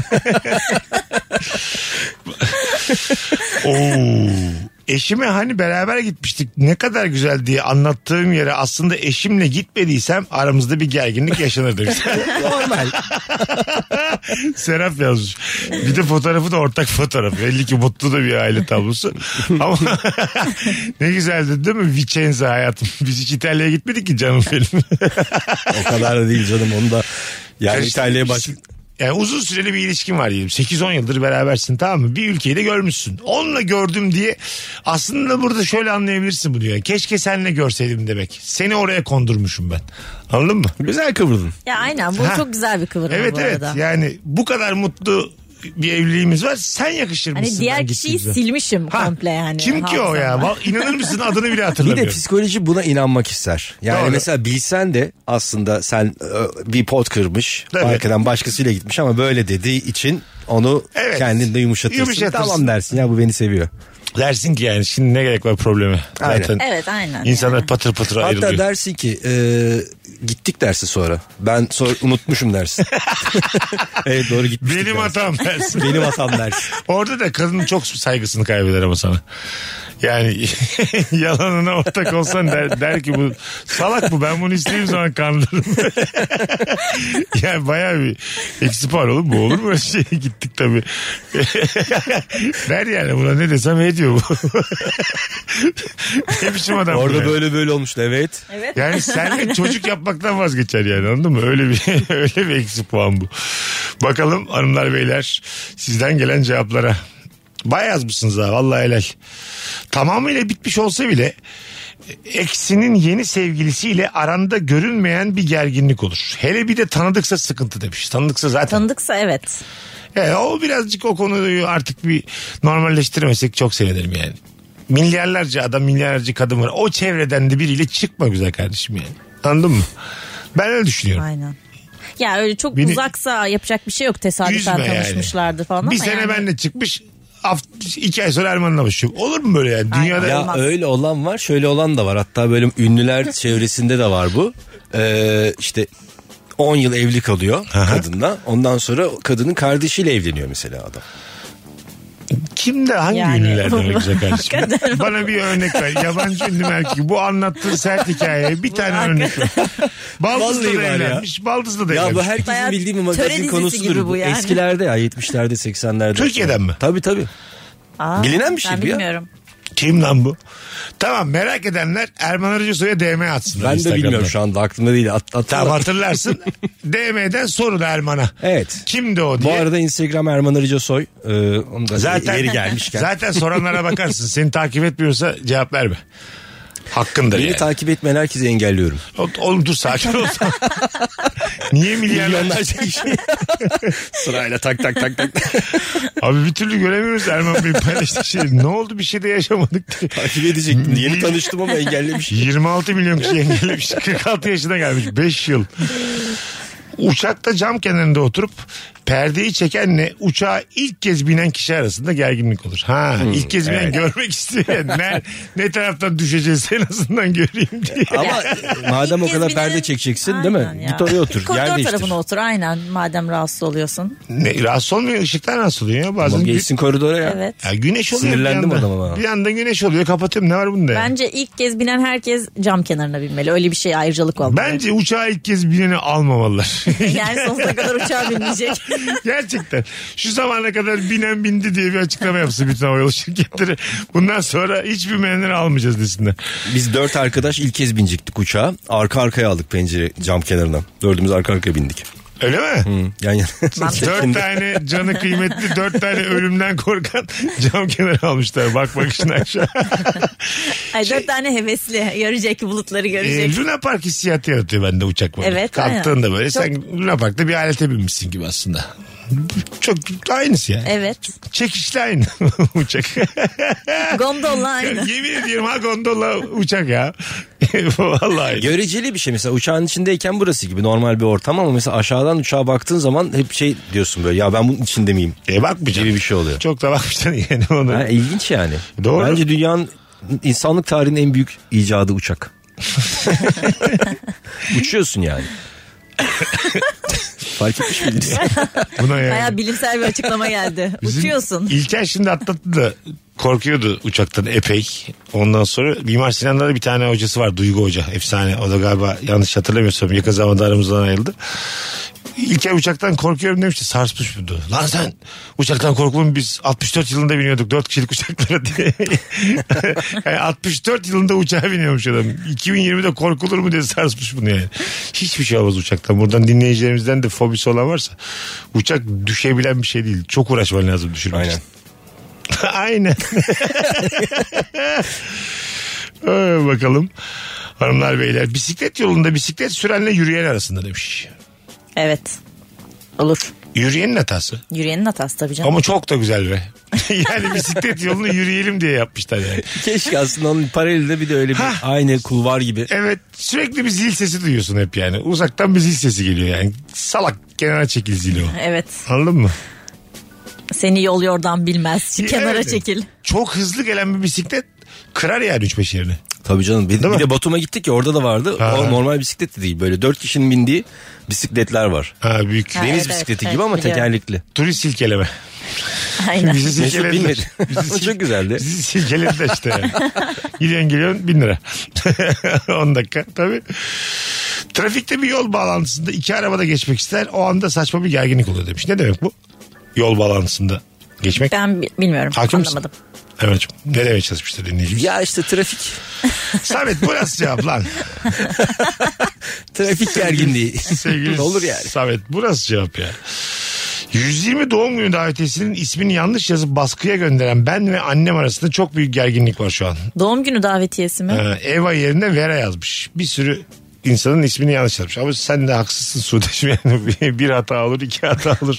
Oo. Eşime hani beraber gitmiştik ne kadar güzel diye anlattığım yere aslında eşimle gitmediysem aramızda bir gerginlik yaşanır demiş.
Normal.
Serap yazmış. Bir de fotoğrafı da ortak fotoğraf. Belli ki mutlu da bir aile tablosu. Ama ne güzeldi değil mi? Vicenza hayatım. Biz hiç İtalya'ya gitmedik ki canım benim.
o kadar da değil canım onu da. Yani İtalya'ya baş...
Yani uzun süreli bir ilişkin var diyelim. 8-10 yıldır berabersin tamam mı? Bir ülkeyi de görmüşsün. Onunla gördüm diye aslında burada şöyle anlayabilirsin bunu yani. Keşke seninle görseydim demek. Seni oraya kondurmuşum ben. Anladın mı?
Güzel kıvırdın.
Ya aynen bu
Ha.
çok güzel bir kıvırma
evet
bu
evet.
arada.
Yani bu kadar mutlu bir evliliğimiz var. Sen yakışır
Hani
mısın? ben
diğer kişiyi
gittiğimde?
silmişim
Ha,
komple yani.
Kim ki o ya?
hafızamdan.
Val- İnanır mısın adını bile
Bir de
hatırlamıyorum.
psikoloji buna inanmak ister. Yani
Doğru.
mesela bilsen de aslında sen e, bir pot kırmış.
Evet.
Arkadan başkasıyla gitmiş ama böyle dediği için onu
Evet.
kendinde yumuşatırsın.
Yumuşatırsın.
Tamam dersin ya bu beni seviyor.
Dersin ki yani şimdi ne gerek var probleme.
Aynen.
Zaten
Evet aynen.
insanlar patır patır ayrılıyor.
Hatta dersin ki e, gittik dersi sonra. Ben sonra unutmuşum dersin. evet doğru gitmiştik.
Benim
dersin.
hatam dersin.
Benim hatam dersin.
Orada da kadın çok saygısını kaybeder ama sana. Yani yalanına ortak olsan der, der ki bu salak bu ben bunu istediğim zaman kandırırım. yani bayağı bir eksi puan olur mu? Olur mu? öyle Şey gittik tabii. der yani buna ne desem he diyor bu. ne biçim adam bu
Orada
yani?
böyle böyle olmuştu evet.
Evet.
Yani senle çocuk yapmaktan vazgeçer yani anladın mı? Öyle bir öyle bir eksi puan bu. Bakalım hanımlar beyler sizden gelen cevaplara. Bayağı yazmışsınız ha vallahi helal. Tamamıyla bitmiş olsa bile eksinin yeni sevgilisiyle aranda görünmeyen bir gerginlik olur. Hele bir de tanıdıksa sıkıntı demiş. Tanıdıksa zaten.
Tanıdıksa evet.
E, o birazcık o konuyu artık bir normalleştirmesek çok sevinirim yani. Milyarlarca adam, milyarlarca kadın var. O çevreden de biriyle çıkma güzel kardeşim yani. Anladın mı? Ben öyle düşünüyorum.
Aynen. Ya öyle çok
Beni-
uzaksa yapacak bir şey yok tesadüfen
Yüzme yani.
tanışmışlardı falan
bir
ama
sene
yani.
benle çıkmış, haft- iki ay sonra Erman'la başlıyorum. Olur mu böyle yani? Dünyada
Ya
Olmaz.
öyle olan var şöyle olan da var. Hatta böyle ünlüler çevresinde de var bu. Ee, işte 10 yıl evli kalıyor kadınla. Ondan sonra kadının kardeşiyle evleniyor mesela adam.
Kimde hangi
Yani.
ünlülerden öyle kardeşim?
Hakikaten.
Bana bir örnek ver. Yabancı ünlü mü erkek? Bu anlattığın sert hikayeye bir tane örnek ver. Baldız'la
Vallahi
da
var ya.
evlenmiş. Baldız'la da
Ya bu
evlenmiş.
herkesin
Bayağı
bildiği bir
töre
magazin
dizisi
konusudur
gibi bu
bu.
yani.
Eskilerde ya 70'lerde 80'lerde.
Türkiye'den mi?
Tabii tabii.
Aa,
Bilinen bir şey
ben
bu ya.
bilmiyorum.
Kim lan bu? Tamam merak edenler Erman Arıcı Soy'a DM atsınlar.
Ben de
Instagram'dan.
bilmiyorum şu anda aklımda değil. At, at,
Tamam hatırlarsın. DM'den sorun Erman'a.
Evet.
Kimdi o
Bu
diye.
arada Instagram Erman Arıca Soy. Ee, onu da
Zaten-
Zaten... yeri gelmişken.
Zaten soranlara bakarsın. Seni takip etmiyorsa cevap verme. Hakkındır
Beni
yani.
takip etmeyen herkesi engelliyorum.
O- Oğlum dur sakin ol. Niye milyarlar?
Milyonlarca kişi. Sırayla tak tak tak tak.
Abi bir türlü göremiyoruz Erman Bey'in paylaştığı şeyi. Ne oldu bir şey de yaşamadık diye.
Takip edecektim. Yeni tanıştım ama engellemiş.
26 milyon kişi engellemiş. 46 yaşına gelmiş. 5 yıl. Uçakta cam kenarında oturup perdeyi çekenle uçağa ilk kez binen kişi arasında gerginlik olur. Ha,
Hmm,
ilk kez binen görmek istiyor. Ne, ne taraftan düşeceğiz en azından göreyim diye.
Ama e, madem o
İlk kez
kadar
binelim.
perde çekeceksin değil
Aynen
mi?
ya.
Git oraya otur.
Koridor
Yer değiştir.
tarafına otur aynen madem rahatsız oluyorsun.
Ne, rahatsız olmuyor ışıktan rahatsız oluyor ya bazen.
Tamam,
gü-
geçsin koridora ya.
Evet.
Ya güneş oluyor
Sinirlendim
bir anda.
adama ben.
Bir anda güneş oluyor kapatıyorum ne var bunda ya?
Bence ilk kez binen herkes cam kenarına binmeli. Öyle bir şey ayrıcalık olmalı.
Bence uçağa ilk kez bineni almamalılar.
Yani sonsuza kadar uçağa binmeyecek.
Gerçekten. Şu zamana kadar binen bindi diye bir açıklama yapsın bütün havayolu şirketleri. Bundan sonra hiçbir memnun almayacağız desinler.
Biz dört arkadaş ilk kez binecektik uçağa. Arka arkaya aldık pencere cam kenarına. Dördümüz arka arkaya bindik.
Öyle mi?
Yan yana.
Dört tane canı kıymetli, dört tane ölümden korkan cam kenarı almışlar. Bak bakışın aşağı.
Ay dört tane hevesli görecek bulutları
Ee,
görecek.
Luna Park hissiyatı yaratıyor bende uçak böyle.
Evet,
Kalktığında
aynen.
böyle sen Luna Park'ta bir alete binmişsin gibi aslında. Çok aynısı ya.
Evet.
Çekişli aynı uçak.
Gondolla aynı.
Yemin ediyorum ha gondola uçak ya. Vallahi.
Göreceli bir şey mesela uçağın içindeyken burası gibi normal bir ortam ama mesela aşağıdan uçağa baktığın zaman hep şey diyorsun böyle ya ben bunun içinde miyim?
E bakmayacaksın.
Gibi bir şey oluyor.
Çok da bakmayacaksın yani onu.
Ha, ilginç yani.
Doğru.
Bence dünyanın insanlık tarihinin en büyük icadı uçak. Uçuyorsun yani. Fark etmiş miydiniz?
Buna yani.
Baya bilimsel bir açıklama geldi.
Bizim
Uçuyorsun.
İlker şimdi atlattı da korkuyordu uçaktan epey. Ondan sonra Mimar Sinan'da da bir tane hocası var Duygu Hoca. Efsane. O da galiba yanlış hatırlamıyorsam yakın zamanda aramızdan ayrıldı. İlker uçaktan korkuyorum demişti. Sarsmış mıydı? Lan sen uçaktan korkulur mu? Biz 64 yılında biniyorduk 4 kişilik uçaklara diye. Yani 64 yılında uçağa biniyormuş adam. 2020'de korkulur mu diye sarsmış bunu yani. Hiçbir şey olmaz uçaktan. Buradan dinleyicilerimizden de fobisi olan varsa uçak düşebilen bir şey değil. Çok uğraşman lazım düşürmek
Aynen.
için. Aynen. Ee, bakalım. Hanımlar beyler bisiklet yolunda bisiklet sürenle yürüyen arasında demiş.
Evet. Olur.
Yürüyenin hatası.
Yürüyenin hatası tabii canım.
Ama çok da güzel be. yani bisiklet yolunu yürüyelim diye yapmışlar yani.
Keşke aslında onun paralelinde bir de öyle bir aynı kulvar gibi.
Evet sürekli bir zil sesi duyuyorsun hep yani. Uzaktan bir zil sesi geliyor yani. Salak kenara çekil zili o.
Evet.
Anladın mı?
Seni yol yordan bilmez. Kenara
Evet.
çekil.
Çok hızlı gelen bir bisiklet kırar yani 3-5 yerini.
Tabii canım. Bir,
Değil
bir
mi?
de Batum'a gittik ya orada da vardı.
Ha.
O normal bisiklet de değil. Böyle dört kişinin bindiği bisikletler var.
Ha büyük.
Ha,
Deniz
evet,
bisikleti
evet,
gibi ama
biliyorum.
tekerlekli.
Turist silkeleme.
Aynen.
Bizi
Mesut
silkelediler.
bilmedi.
Bizi
Ama
sil-
çok güzeldi.
Bizi silkelediler işte yani. Gidiyorsun geliyorsun 1000 lira. 10 dakika tabii. Trafikte bir yol bağlantısında iki arabada geçmek ister. O anda saçma bir gerginlik oluyor demiş. Ne demek bu? Yol bağlantısında geçmek.
Ben bi- bilmiyorum.
Hakim misin?
Anlamadım.
Evet. Ne demeye çalışmıştır dinleyicimiz?
Ya işte trafik.
Samet bu nasıl cevap lan?
Trafik gerginliği.
Sevgili
Olur yani.
Samet bu nasıl cevap ya? 120 doğum günü davetiyesinin ismini yanlış yazıp baskıya gönderen ben ve annem arasında çok büyük gerginlik var şu an.
Doğum günü davetiyesi mi?
Ee, Eva yerine Vera yazmış. Bir sürü insanın ismini yanlış yazmış. Ama sen de haksızsın Sudeşim. Yani bir- bir hata olur, iki hata olur.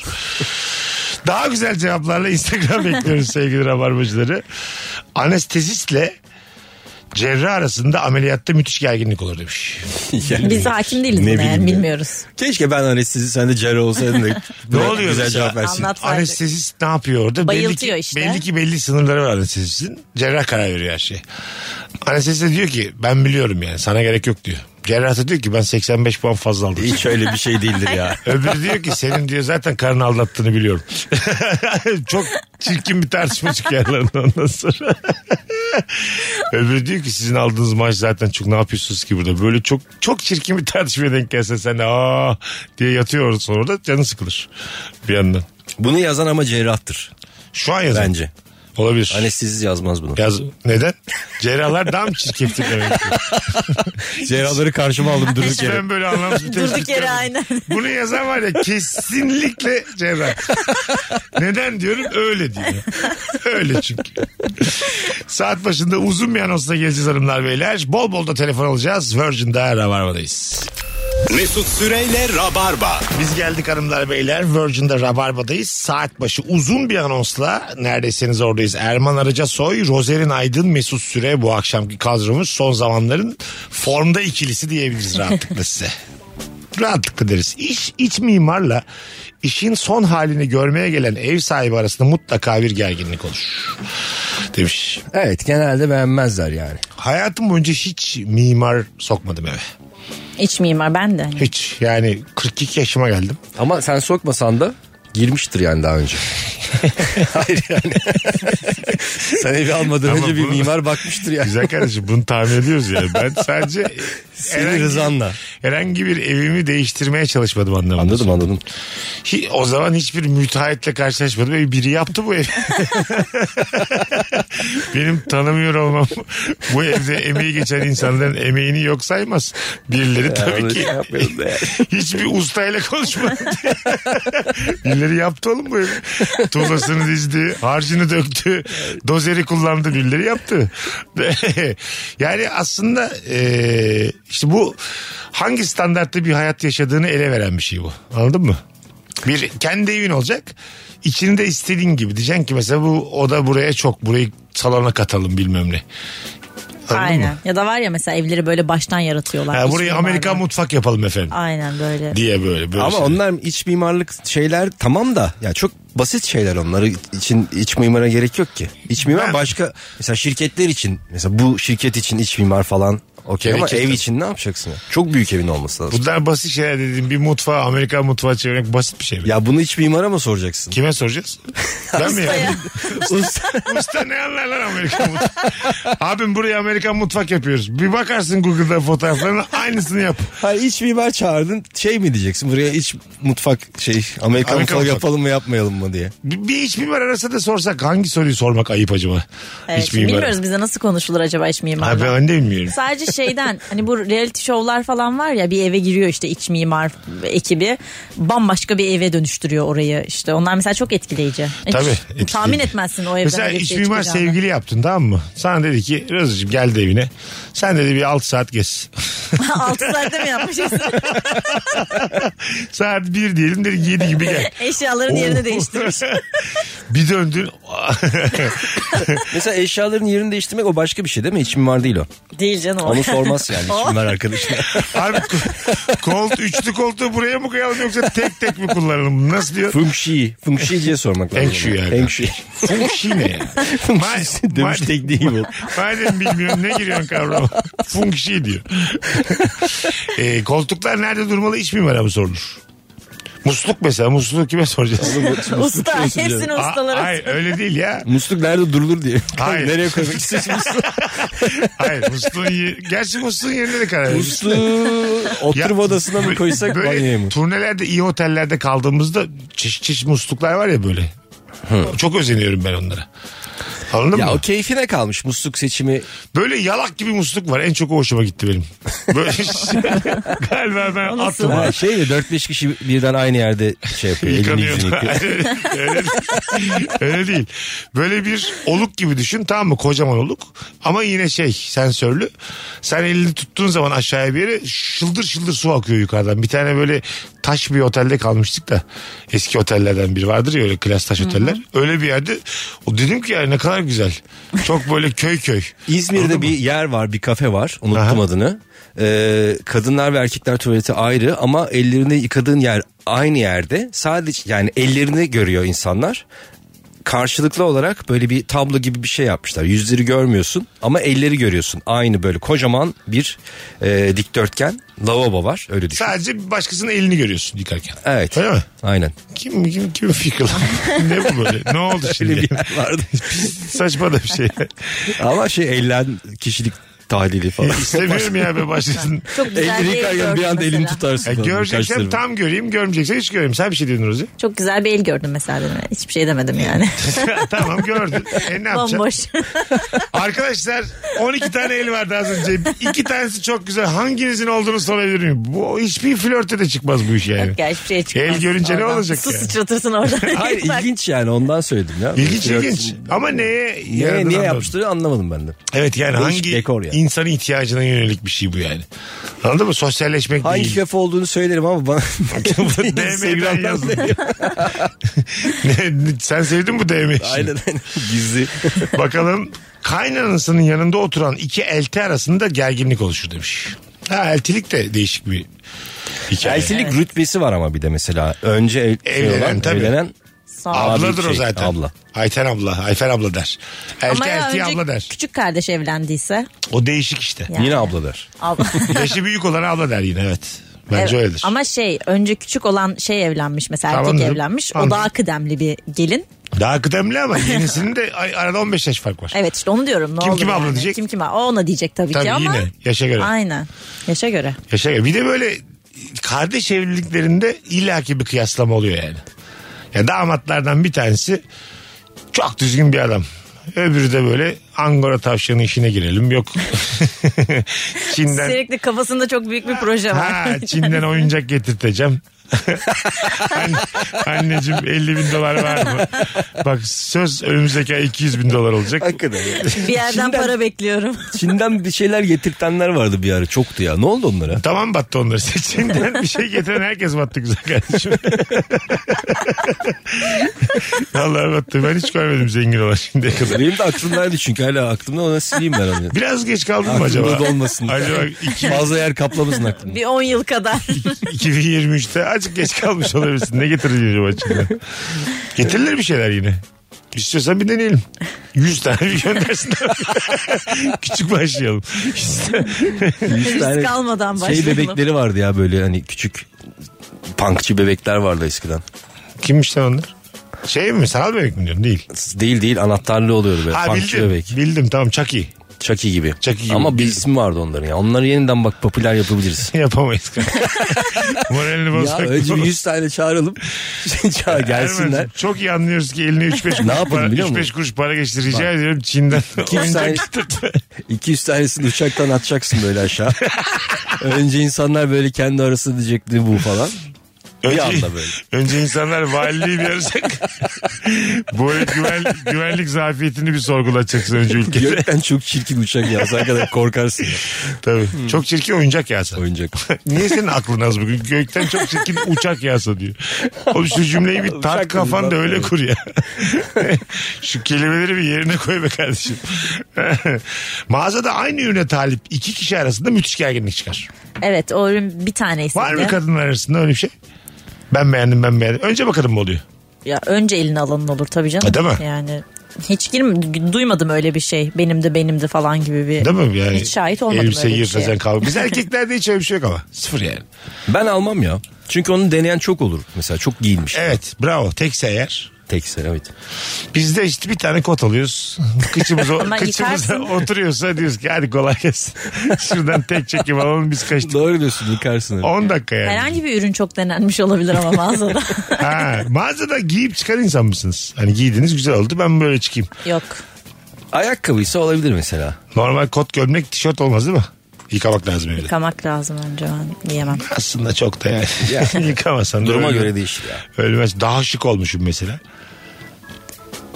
Daha güzel cevaplarla Instagram bekliyoruz sevgili rabarbacıları. Anestezistle cerrah arasında ameliyatta müthiş gerginlik olur demiş.
Yani
Biz hakim değiliz
Ne
buna
bileyim
yani
ya.
bilmiyoruz.
Keşke ben anestezi sen de cerrah olsaydın da
Ne
buna
oluyor
güzel
mesela?
cevap versin.
Anlatsaydık.
Anestezist ne yapıyor orada?
Bayıltıyor
belli ki,
işte.
Belli ki belli sınırları var şey. anestezistin. Cerrah karar veriyor her şeye. Anestezist de diyor ki ben biliyorum yani sana gerek yok diyor. Cerrah da diyor ki ben 85 puan fazla aldım.
Hiç öyle bir şey değildir ya.
Öbürü diyor ki senin diyor zaten karını aldattığını biliyorum. Çok çirkin bir tartışma çıkıyor aralarında ondan sonra. Öbürü diyor ki sizin aldığınız maaş zaten çok ne yapıyorsunuz ki burada. Böyle çok çok çirkin bir tartışmaya denk gelse sen de aa diye yatıyor sonra da canı sıkılır bir yandan.
Bunu yazan ama cerrahtır
Şu an yazın.
bence. Hani
Olabilir.
Anestezisiz yazmaz bunu.
Yaz, neden? Cerrahlar daha mı çirkeftir demek ki?
Cerrahları karşıma aldım durduk
Hiç ben böyle anlamsız bir tespit
Durduk yere
yapmadım.
aynen.
Bunu yazan var ya kesinlikle cerrah. Neden diyorum? Öyle diyor. Öyle çünkü. Saat başında uzun bir anonsla geleceğiz hanımlar beyler. Bol bol da telefon alacağız. Virgin'de Rabarba'dayız.
Mesut Süreyle Rabarba.
Biz geldik hanımlar beyler. Virgin'de Rabarba'dayız. Saat başı uzun bir anonsla neredeyseniz oradayız. Erman Arıca Soy, Rozerin Aydın, Mesut Süre bu akşamki kadromuz. Son zamanların formda ikilisi diyebiliriz rahatlıkla size. rahatlıkla deriz. İş, iç mimarla işin son halini görmeye gelen ev sahibi arasında mutlaka bir gerginlik olur. Demiş.
Evet genelde beğenmezler yani.
Hayatım boyunca hiç mimar sokmadım eve.
İç mimar ben de.
Hiç yani 42 yaşıma geldim.
Ama sen sokmasan da girmiştir yani daha önce. Hayır yani. sen evi almadan
Ama
önce bir
bunu-
mimar bakmıştır yani.
Güzel kardeşim bunu tahmin ediyoruz ya. Ben sadece
Senin
herhangi,
rızanla.
herhangi bir evimi değiştirmeye çalışmadım anlamında.
Anladım anladım.
Hi- o zaman hiçbir müteahhitle karşılaşmadım. Ee, Biri yaptı bu evi. Benim tanımıyor olmam bu evde emeği geçen insanların emeğini yok saymaz. Birileri tabii
onu
ki.
yapmayalım da yani.
Hiçbir ustayla konuşmadım. birileri yaptı oğlum bu evi. Tuğlasını dizdi, harcını döktü, dozeri kullandı birileri yaptı. yani aslında e, işte bu hangi standartta bir hayat yaşadığını ele veren bir şey bu. Anladın mı? Bir kendi evin olacak. İçinde istediğin gibi. Diyeceksin ki mesela bu oda buraya çok. Burayı salona katalım bilmem ne. Anladın
Aynen.
mı?
Ya da var ya mesela evleri böyle baştan yaratıyorlar.
Ha,
iç
burayı
mimarla.
Amerikan mutfak yapalım efendim.
Aynen böyle.
Diye böyle. böyle
Ama
şey.
onlar iç mimarlık şeyler tamam da ya çok basit şeyler onları için iç mimara gerek yok ki. İç mimar
Ben-
başka mesela şirketler için mesela bu şirket için iç mimar falan okey ama
Gerek yok
ev
tabii.
için ne yapacaksın ya? Çok büyük evin olması lazım.
Bunlar basit şeyler dediğim bir mutfağı Amerikan mutfağı çevirmek basit bir şey mi?
Ya bunu iç mimara mı soracaksın?
Kime soracağız? ben mi yani?
Usta-
Usta ne anlar lan Amerikan mutfağı? Abim buraya Amerikan mutfak yapıyoruz. Bir bakarsın Google'da fotoğraflarına aynısını yap.
Hayır iç mimar çağırdın şey mi diyeceksin buraya iç mutfak şey Amerikan
Amerikan
mutfağı
mutfak.
yapalım mı yapmayalım mı diye.
Bir, bir iç mimar arasa da sorsak hangi soruyu sormak ayıp acaba?
Evet,
İç
şimdi
mimara.
bilmiyoruz bize nasıl konuşulur acaba iç
Ha,
mimarla.
ben ben de bilmiyorum.
Sadece şeyden hani bu reality şovlar falan var ya bir eve giriyor işte iç mimar ekibi bambaşka bir eve dönüştürüyor orayı işte onlar mesela çok etkileyici. E, Hiç
Tabii, etkileyici.
Tahmin etmezsin o evden.
Mesela
öyle bir
iç
şey
mimar
çıkacağını.
sevgili yaptın tamam mı? Sana dedi ki Rızıcığım gel de evine. Sen dedi bir 6 saat gez.
Altı saatte mi yapmışız?
saat 1 diyelim dedi 7 gibi gel.
Eşyaların
Oo.
yerini değiştirmiş.
bir döndün.
Mesela eşyaların yerini değiştirmek o başka bir şey değil mi? İç mimar değil o.
Değil canım. o. Oh,
Onu sormaz yani iç
O.
mimar arkadaşına.
Abi ko- kolt, üçlü koltuğu buraya mı koyalım yoksa tek tek mi kullanalım? Nasıl diyor?
Feng Shui. Feng Shui diye sormak lazım.
Feng Shui yani.
Feng Shui.
Feng Shui ne ya? Ma-
Dövüş
ma-
tekniği bu.
Madem bilmiyorsun ne giriyorsun kavrama? Feng Shui diyor. Ee, koltuklar nerede durmalı iç mimara mı sorulur? Musluk mesela musluğu kime soracağız?
Şey
Usta. Hepsini
Aa,
ustalara.
hayır öyle değil ya.
Musluk nerede durulur diye.
Hayır.
Nereye koymak istiyorsun?
Hayır musluğun ye- gerçi musluğun yerine de karar veririz.
Musluğu oturma
Ya,
odasına mı
böyle-
koysak
böyle
banyoya mı?
Turnelerde iyi otellerde kaldığımızda çeşit çeşit musluklar var ya böyle. Çok özeniyorum ben onlara. Anladın
Ya
mı?
o keyfine kalmış musluk seçimi.
Böyle yalak gibi musluk var. En çok o hoşuma gitti benim. Böyle şey- galiba ben attım.
Ha, şey de 4-5 kişi birden aynı yerde şey yapıyor. elini
Yıkanıyor.
yüzünü yıkıyor.
öyle, öyle, öyle değil. Böyle bir oluk gibi düşün tamam mı? Kocaman oluk. Ama yine şey sensörlü. Sen elini tuttuğun zaman aşağıya bir yere şıldır şıldır su akıyor yukarıdan. Bir tane böyle taş bir otelde kalmıştık da. Eski otellerden biri vardır ya öyle klas taş oteller. Öyle bir yerde. O dedim ki ya ne kadar güzel. Çok böyle köy köy.
İzmir'de
Anladın
bir
mı?
yer var bir kafe var unuttum
Aha.
adını. Ee, kadınlar ve erkekler tuvaleti ayrı ama ellerini yıkadığın yer aynı yerde. Sadece yani ellerini görüyor insanlar. karşılıklı olarak böyle bir tablo gibi bir şey yapmışlar. Yüzleri görmüyorsun ama elleri görüyorsun. Aynı böyle kocaman bir e, dikdörtgen lavabo var öyle düşün.
Sadece başkasının elini görüyorsun yıkarken.
Evet.
Öyle mi?
Aynen.
Kim kim kim fikir lan? ne bu böyle? Ne oldu şimdi?
vardı.
Saçma da bir şey.
ama şey ellen kişilik tahlili falan.
İstemiyorum E, ya be başlasın.
Çok güzel bir
Elleri
el
yıkarken bir
gördüm
anda elini
mesela.
tutarsın.
Ya
falan birkaç
göreceksem
tarafa.
tam göreyim, görmeyeceksem hiç görmeyeyim. Sen bir şey diyordun Rozi.
Çok güzel bir el gördüm mesela benim. Hiçbir şey demedim yani.
tamam gördün. E ne yapacaksın?
Bomboş.
Arkadaşlar 12 tane el vardı az önce. İki tanesi çok güzel. Hanginizin olduğunu sorabilir miyim? Bu hiçbir flörte de çıkmaz bu iş yani.
Yok ya hiçbir şey çıkmaz.
El görünce ne
oradan.
olacak
Su
yani?
sıçratırsın oradan.
Hayır
Bak,
ilginç yani ondan söyledim ya.
İlginç
Flört-
ilginç. Ama neye
Niye,
yaradığını
niye
anlamadım.
yapmışları anlamadım ben de.
Evet yani
Değişik
hangi
dekor yani.
insanın ihtiyacına yönelik bir şey bu yani. Anladın mı? Sosyalleşmek
Hangi
değil.
köfe olduğunu söylerim ama bana
DM'den yazın. Ne- Sen sevdin mi bu DM'yi?
Aynen aynen. Gizli.
Bakalım kaynanasının yanında oturan iki elti arasında gerginlik oluşur demiş. Ha eltilik de değişik bir hikaye.
Eltilik rütbesi var ama bir de mesela. Önce el, şey
Evlenen,
olan,
tabii.
evlenen
Sağ ol.
Abi
Abladır o
şey,
zaten.
abla.
Ayten abla, Ayfer abla der. Elti
Ama ya
eltiye
önce
abla der.
küçük kardeş evlendiyse.
O değişik işte.
Yani.
yine abla der.
Abla.
Yaşı büyük olan abla der yine evet. Bence
Evet.
öyledir.
Ama şey önce küçük olan şey evlenmiş mesela
Tamam
erkek
dedim.
evlenmiş.
Anladım.
O daha kıdemli bir gelin.
Daha kıdemli ama yenisinin de ay- arada 15 yaş fark var.
Evet işte onu diyorum. Ne
Kim
olur
kime abla
yani.
diyecek?
Kim kime? O ona diyecek tabii,
Tabii
ki ama.
yine yaşa göre.
Aynen. Yaşa göre.
Yaşa göre. Bir de böyle kardeş evliliklerinde illaki bir kıyaslama oluyor yani. Ya damatlardan bir tanesi çok düzgün bir adam. Öbürü de böyle Angora tavşanı işine girelim. Yok. Çin'den
Sürekli kafasında çok büyük bir proje var.
ha, Çin'den oyuncak getirteceğim. Anne- anneciğim 50 bin dolar var mı? Bak söz önümüzdeki ay 200 bin dolar olacak.
Hakikaten
bir yerden para bekliyorum.
Çin'den bir şeyler getirtenler vardı bir ara çoktu ya. Ne oldu onlara?
Tamam battı onları. Çin'den bir şey getiren herkes battı güzel kardeşim. Vallahi battı. Ben hiç görmedim zengin olan şimdiye kadar.
Benim de aklımdaydı çünkü hala aklımda ona sileyim ben onu.
Biraz geç kaldım mı
Aklımda
acaba?
da olmasın.
Acaba iki-
Fazla yer kaplamasın aklımda.
bir 10 yıl kadar.
2023'te azıcık geç kalmış olabilirsin. Ne getirir acaba Çin'den? Getirilir bir şeyler yine. İstiyorsan bir deneyelim. 100 tane bir göndersin. Küçük başlayalım. İşte
Yüz tane
kalmadan
Şey
başlayalım.
bebekleri vardı ya böyle hani küçük punkçı bebekler vardı eskiden.
kimmiş lan onlar? Şey mi? Sanal bebek mi diyorum? Değil.
Değil değil anahtarlı oluyordu böyle
Ha
punkçı
bildim.
bebek.
Bildim tamam Chucky.
Chucky gibi.
Chucky gibi.
Ama bir ismi vardı onların ya. Onları yeniden bak popüler yapabiliriz.
Yapamayız. Moralini
ya
bozmak.
önce 100 tane çağıralım. Şey, Çağır
E,
gelsinler.
Ermen'cim, Çok iyi anlıyoruz ki eline 3-5 kuruş,
Ne yapalım
para,
biliyor
3-5
musun?
kuruş para geçti rica ediyorum Çin'den.
İki üç tane, iki üç tanesini uçaktan atacaksın böyle aşağı. Önce insanlar böyle kendi arasında diyecekti bu falan. Bir
önce,
anda böyle.
önce insanlar valiliği bir arayacak. Böyle güven, güvenlik zafiyetini bir sorgulatacaksın önce ülkede.
Gökten çok çirkin uçak yağsa hakikaten korkarsın ya.
Tabii.
Hmm.
Çok çirkin oyuncak yağsa.
Oyuncak.
Niye senin aklın az bugün? Gökten çok çirkin uçak yağsa diyor. Oğlum şu cümleyi bir
Uçak
tart
mı?
kafanda öyle
Evet.
kur ya. şu kelimeleri bir yerine koy be kardeşim. Mağazada aynı ürüne talip iki kişi arasında müthiş gerginlik çıkar.
evet o ürün bir tanesi.
Var mı
de.
kadınlar arasında öyle bir şey? Ben beğendim ben beğendim. Önce bakalım mı oluyor?
Ya önce eline alanın olur tabii canım.
Ha, E, değil mi?
Yani hiç girm duymadım öyle bir şey. Benim de benim de falan gibi bir.
Değil mi? Yani
E, Hiç şahit olmadım
elbise
öyle bir şeye.
yırtacaksın kavga. Biz erkeklerde hiç öyle bir şey yok ama. Sıfır yani.
Ben almam ya. Çünkü onu deneyen çok olur. Mesela çok giyilmiş.
Evet bravo. Tekse eğer.
Tekse evet.
Biz de işte bir tane kot alıyoruz. Kıçımıza,
Ama
kıçımıza
yıkarsın.
oturuyorsa diyoruz ki hadi kolay gelsin. Şuradan tek çekim alalım biz kaçtık.
Doğru diyorsun yıkarsın. evet.
10 dakika yani.
Herhangi bir ürün çok denenmiş olabilir ama mağazada.
Ha, mağazada giyip çıkan insan mısınız? Hani giydiniz güzel oldu ben böyle çıkayım.
Yok.
Ayakkabıysa olabilir mesela.
Normal kot gömlek tişört olmaz değil mi? Yıkamak lazım evde.
Yıkamak lazım önce ben giyemem.
Aslında çok da yani. Yıkamasan da
Duruma
ölmez.
göre değişir ya.
Ölmez. Daha şık olmuşum mesela.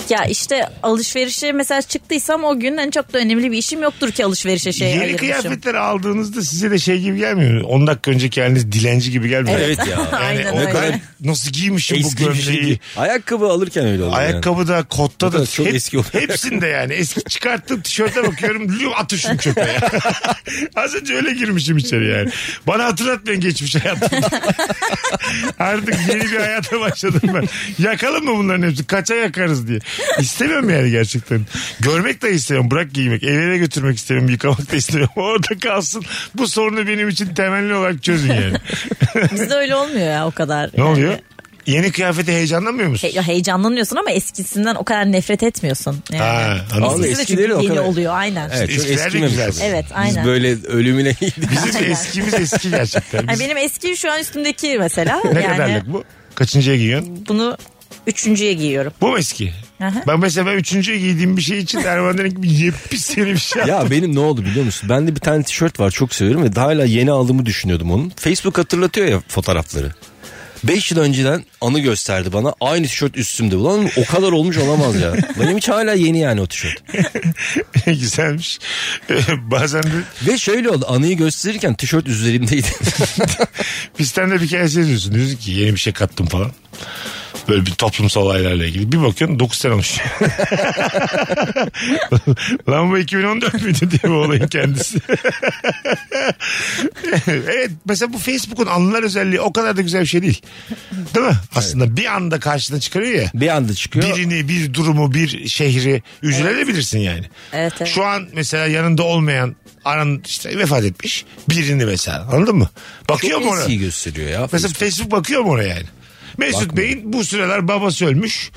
Ya işte alışverişe mesela çıktıysam o gün en çok da önemli bir işim yoktur ki alışverişe şey
Yeni
ayırmışım.
kıyafetler aldığınızda size de şey gibi gelmiyor mu? 10 dakika önce kendiniz dilenci gibi gelmiyor. mu?
Evet ya.
Yani
Aynen
o
öyle.
kadar nasıl giymişim bu
Eski bir şey
gömleği.
değil. Ayakkabı alırken öyle olur.
Ayakkabıda, kotta
O
da
da çok
hep-
eski oluyor.
hepsinde yani. Eski çıkarttığım tişörte bakıyorum. Lüm atışım çöpe ya. Az önce öyle girmişim içeri yani. Bana hatırlatmayın geçmiş hayatımı. Artık yeni bir hayata başladım ben. Yakalım mı bunların hepsi? Kaça yakarız diye. İstemiyorum yani gerçekten. Görmek de istemiyorum. Bırak giymek. Eve eve götürmek istemiyorum. Yıkamak da istemiyorum. Orada kalsın. Bu sorunu benim için temelli olarak çözün yani.
Bizde öyle olmuyor ya o kadar.
Ne
Yani
oluyor? Yeni kıyafete heyecanlanmıyor musun?
he- ya heyecanlanıyorsun ama eskisinden o kadar nefret etmiyorsun. Yani.
Ha, anladım.
Anladım.
Eskisi de çünkü
Eskileri o
yeni
kadar-
oluyor aynen.
Evet, çok
Eskiler de
eskimemiş
güzel.
oldu.
Evet, aynen.
Biz böyle ölümüne gittik.
Bizim eskimiz eski gerçekten.
Yani
Biz-
benim eski şu an üstümdeki mesela.
ne
yani
kadarlık bu? Kaçıncıya giyiyorsun?
Bunu üçüncüye giyiyorum.
Bu mu eski?
Aha.
Ben mesela ben üçüncüye giydiğim bir şey için Erman'dan gibi yepis yeni bir şey aldım.
Ya benim ne oldu biliyor musun? Bende bir tane tişört var çok seviyorum ve hala yeni aldığımı düşünüyordum onun. Facebook hatırlatıyor ya fotoğrafları. 5 yıl önceden anı gösterdi bana. Aynı tişört üstümde. Ulan o kadar olmuş olamaz ya. Benim için hala yeni yani o tişört.
Güzelmiş. Ee, Bazen de
Ve şöyle oldu. Anıyı gösterirken tişört üzerimdeydi.
Bizden de bir kere şey diyorsun. Diyorsun ki yeni bir şey kattım falan. Böyle bir toplumsal olaylarla ilgili. Bir bakıyorsun 9 sene olmuş. Lan bu 2014 müydü diye bu olayın kendisi. evet mesela bu Facebook'un anılar özelliği o kadar da güzel bir şey değil. Değil mi? Aslında bir anda karşına çıkarıyor ya.
bir anda çıkıyor.
Birini, bir durumu, bir şehri üzülebilirsin yani.
Evet, evet.
Şu an mesela yanında olmayan aran işte vefat etmiş birini mesela anladın mı? Bakıyor
Çok
mu ona?
eskiyi gösteriyor ya.
Mesela Facebook bakıyor mu oraya yani? Mesut
Bakmıyor.
Bey'in bu süreler babası ölmüş.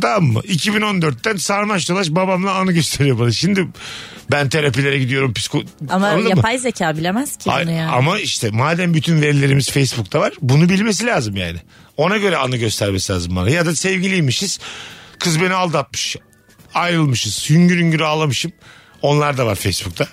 Tamam mı? 2014'ten sarmaş dolaş babamla anı gösteriyor bana. Şimdi ben terapilere gidiyorum. Psiko...
Ama
Anladın mı?
yapay zeka bilemez ki
Ay-
bunu yani.
Ama işte madem bütün verilerimiz Facebook'ta var bunu bilmesi lazım yani. Ona göre anı göstermesi lazım bana. Ya da sevgiliymişiz. Kız beni aldatmış. Ayrılmışız. Hüngür hüngür ağlamışım. Onlar da var Facebook'ta.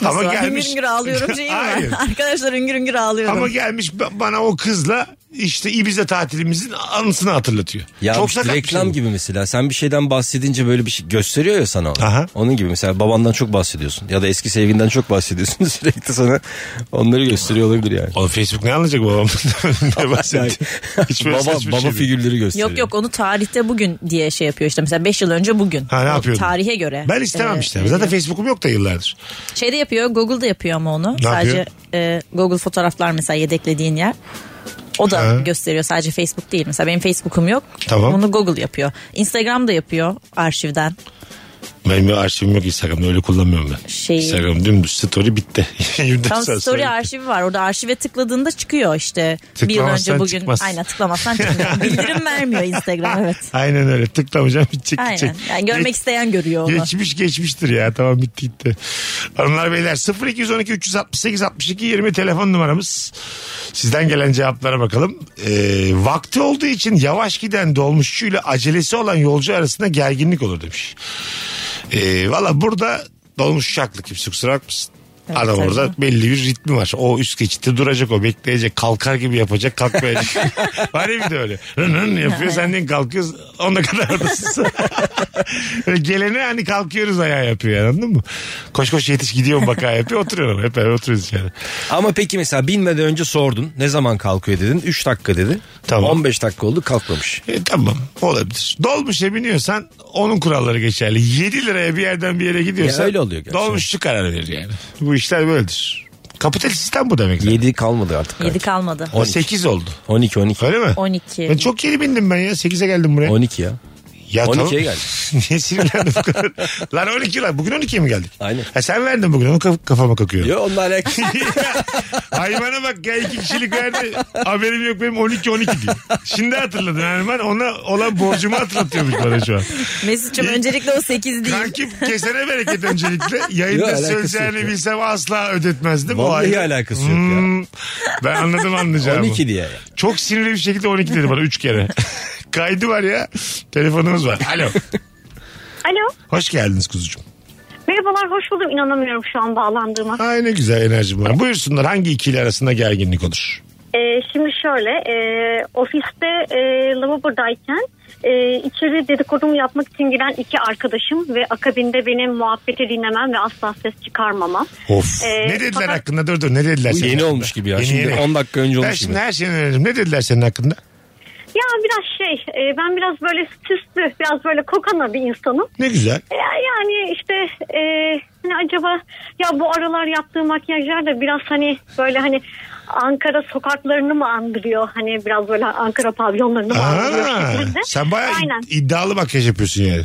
Nasıl var?
gelmiş-
Hüngür hüngür ağlıyorum değil mi?
Hayır.
Arkadaşlar hüngür hüngür ağlıyorum.
Ama gelmiş ba- bana o kızla işte Ibiza tatilimizin anısını hatırlatıyor.
Ya
Çok sakat bir
reklam
şey bu.
gibi mesela sen bir şeyden bahsedince böyle bir şey gösteriyor ya sana onu.
Aha.
Onun gibi mesela babandan çok bahsediyorsun ya da eski sevginden çok bahsediyorsun sürekli sana onları gösteriyor olabilir yani.
Oğlum Facebook ne anlayacak babam? ne bahsetti? Hiç böyle
baba
saçma bir
baba
şey değil.
figürleri gösteriyor.
Yok yok onu tarihte bugün diye şey yapıyor işte mesela 5 yıl önce bugün.
Ha ne
O
yapıyordun?
Tarihe göre.
Ben istemem
Ee,
işte. Zaten Facebook'um yok da yıllardır.
Şeyde yapıyor Google'da yapıyor ama onu. sadece
yapıyor?
e, Google fotoğraflar mesela yedeklediğin yer. O da
Ha.
gösteriyor sadece Facebook değil. Mesela benim Facebook'um yok.
Tamam.
Bunu Google yapıyor. Instagram da yapıyor arşivden.
Benim bir arşivim yok Instagram'da öyle kullanmıyorum ben.
Şey-
Instagram dümdüz story bitti. 24
Tam
saat
story
sonra
arşivi var. Orada arşive tıkladığında çıkıyor işte. Bir yıl
Tıklamazsan
önce bugün.
çıkmaz.
Aynen tıklamazsan çıkmıyor. Bildirim vermiyor Instagram evet.
bitti. Aynen öyle tıklamayacağım bitecek
Aynen.
gidecek.
Yani görmek
Geç-
isteyen görüyor onu.
Geçmiş geçmiştir ya tamam bitti gitti. Hanımlar beyler 0212 368 62 20 telefon numaramız. Sizden gelen cevaplara bakalım. Ee, vakti olduğu için yavaş giden dolmuşçuyla acelesi olan yolcu arasında gerginlik olur demiş. Ee, Valla burada dolmuş haklı kimse kusura bakmasın.
Evet,
Adam
tabii.
orada belli bir ritmi var. O üst geçitte duracak o bekleyecek kalkar gibi yapacak kalkmayacak. var ya bir de öyle. Rın rın yapıyor senden kalkıyoruz onda kadar oradasın. Böyle Gelene hani kalkıyoruz ayağa yapıyor yani, anladın mı? Koş koş yetiş gidiyorum bak ayağa yapıyor oturuyorum hep beraber oturuyoruz yani.
Ama peki mesela binmeden önce sordun ne zaman kalkıyor dedin 3 dakika dedi.
Tamam.
15 dakika oldu kalkmamış.
E, tamam olabilir. Dolmuşa biniyorsan onun kuralları geçerli. 7 liraya bir yerden bir yere gidiyorsan
Ya öyle oluyor gerçi.
dolmuşçu karar verir yani. Bu işler böyledir. Kapitalist sistem bu demek. zaten.
7 kalmadı artık.
7
galiba.
kalmadı.
8 oldu.
12 12.
Öyle mi?
12.
Ben çok geri bindim ben ya. 8'e geldim buraya.
12 ya.
ya
12'ye
tamam.
geldim.
Niye sinirlendin bu kadar? Lan 12 lan. Bugün 12'ye mi geldik?
Aynen.
Ha, sen verdin bugün. Onu kaf- kafama kakıyor.
Yo onunla alakası.
Hayvana bak ya iki kişilik verdi. Haberim yok benim 12 12 diyor. Şimdi hatırladım yani ben ona olan borcumu hatırlatıyormuş bana şu an.
Mesut'cum öncelikle o 8 değil.
Kankim kesene bereket öncelikle. Yayında
Yok, alakası
söyleyeceğini
yok ya.
bilsem asla ödetmezdim. O
Vallahi
ayrı.
alakası yok ya.
Hmm, ben anladım anlayacağımı.
12 diye.
Çok sinirli bir şekilde 12 dedi bana 3 kere. Kaydı var ya. Telefonumuz var. Alo.
Alo.
Hoş geldiniz kuzucuğum.
Merhabalar hoş buldum. İnanamıyorum şu an bağlandığıma.
Ay ne güzel enerjim var. Buyursunlar hangi ikili arasında gerginlik olur?
Ee, şimdi şöyle e, ofiste e, lavabodayken e, içeri dedikodumu yapmak için giren iki arkadaşım ve akabinde benim muhabbeti dinlemem ve asla ses çıkarmamam.
Of.
Ee,
ne dediler
fakat-
hakkında? Dur dur ne dediler
Bu
senin
yeni
hakkında?
olmuş gibi ya.
Yeni,
Şimdi
yeni.
10 dakika önce
Ben
olmuş
şimdi
gibi.
her şeyi öğrendim. Ne dediler senin hakkında?
Ya biraz şey e, ben biraz böyle süslü biraz böyle kokana bir insanım.
Ne güzel.
Ya, yani işte e, hani acaba ya bu aralar yaptığı makyajlar da biraz hani böyle hani Ankara sokaklarını mı andırıyor? Hani biraz böyle Ankara pavyonlarını mı
Aa,
andırıyor? şeklinde.
sen bayağı id-
Aynen.
iddialı makyaj yapıyorsun yani.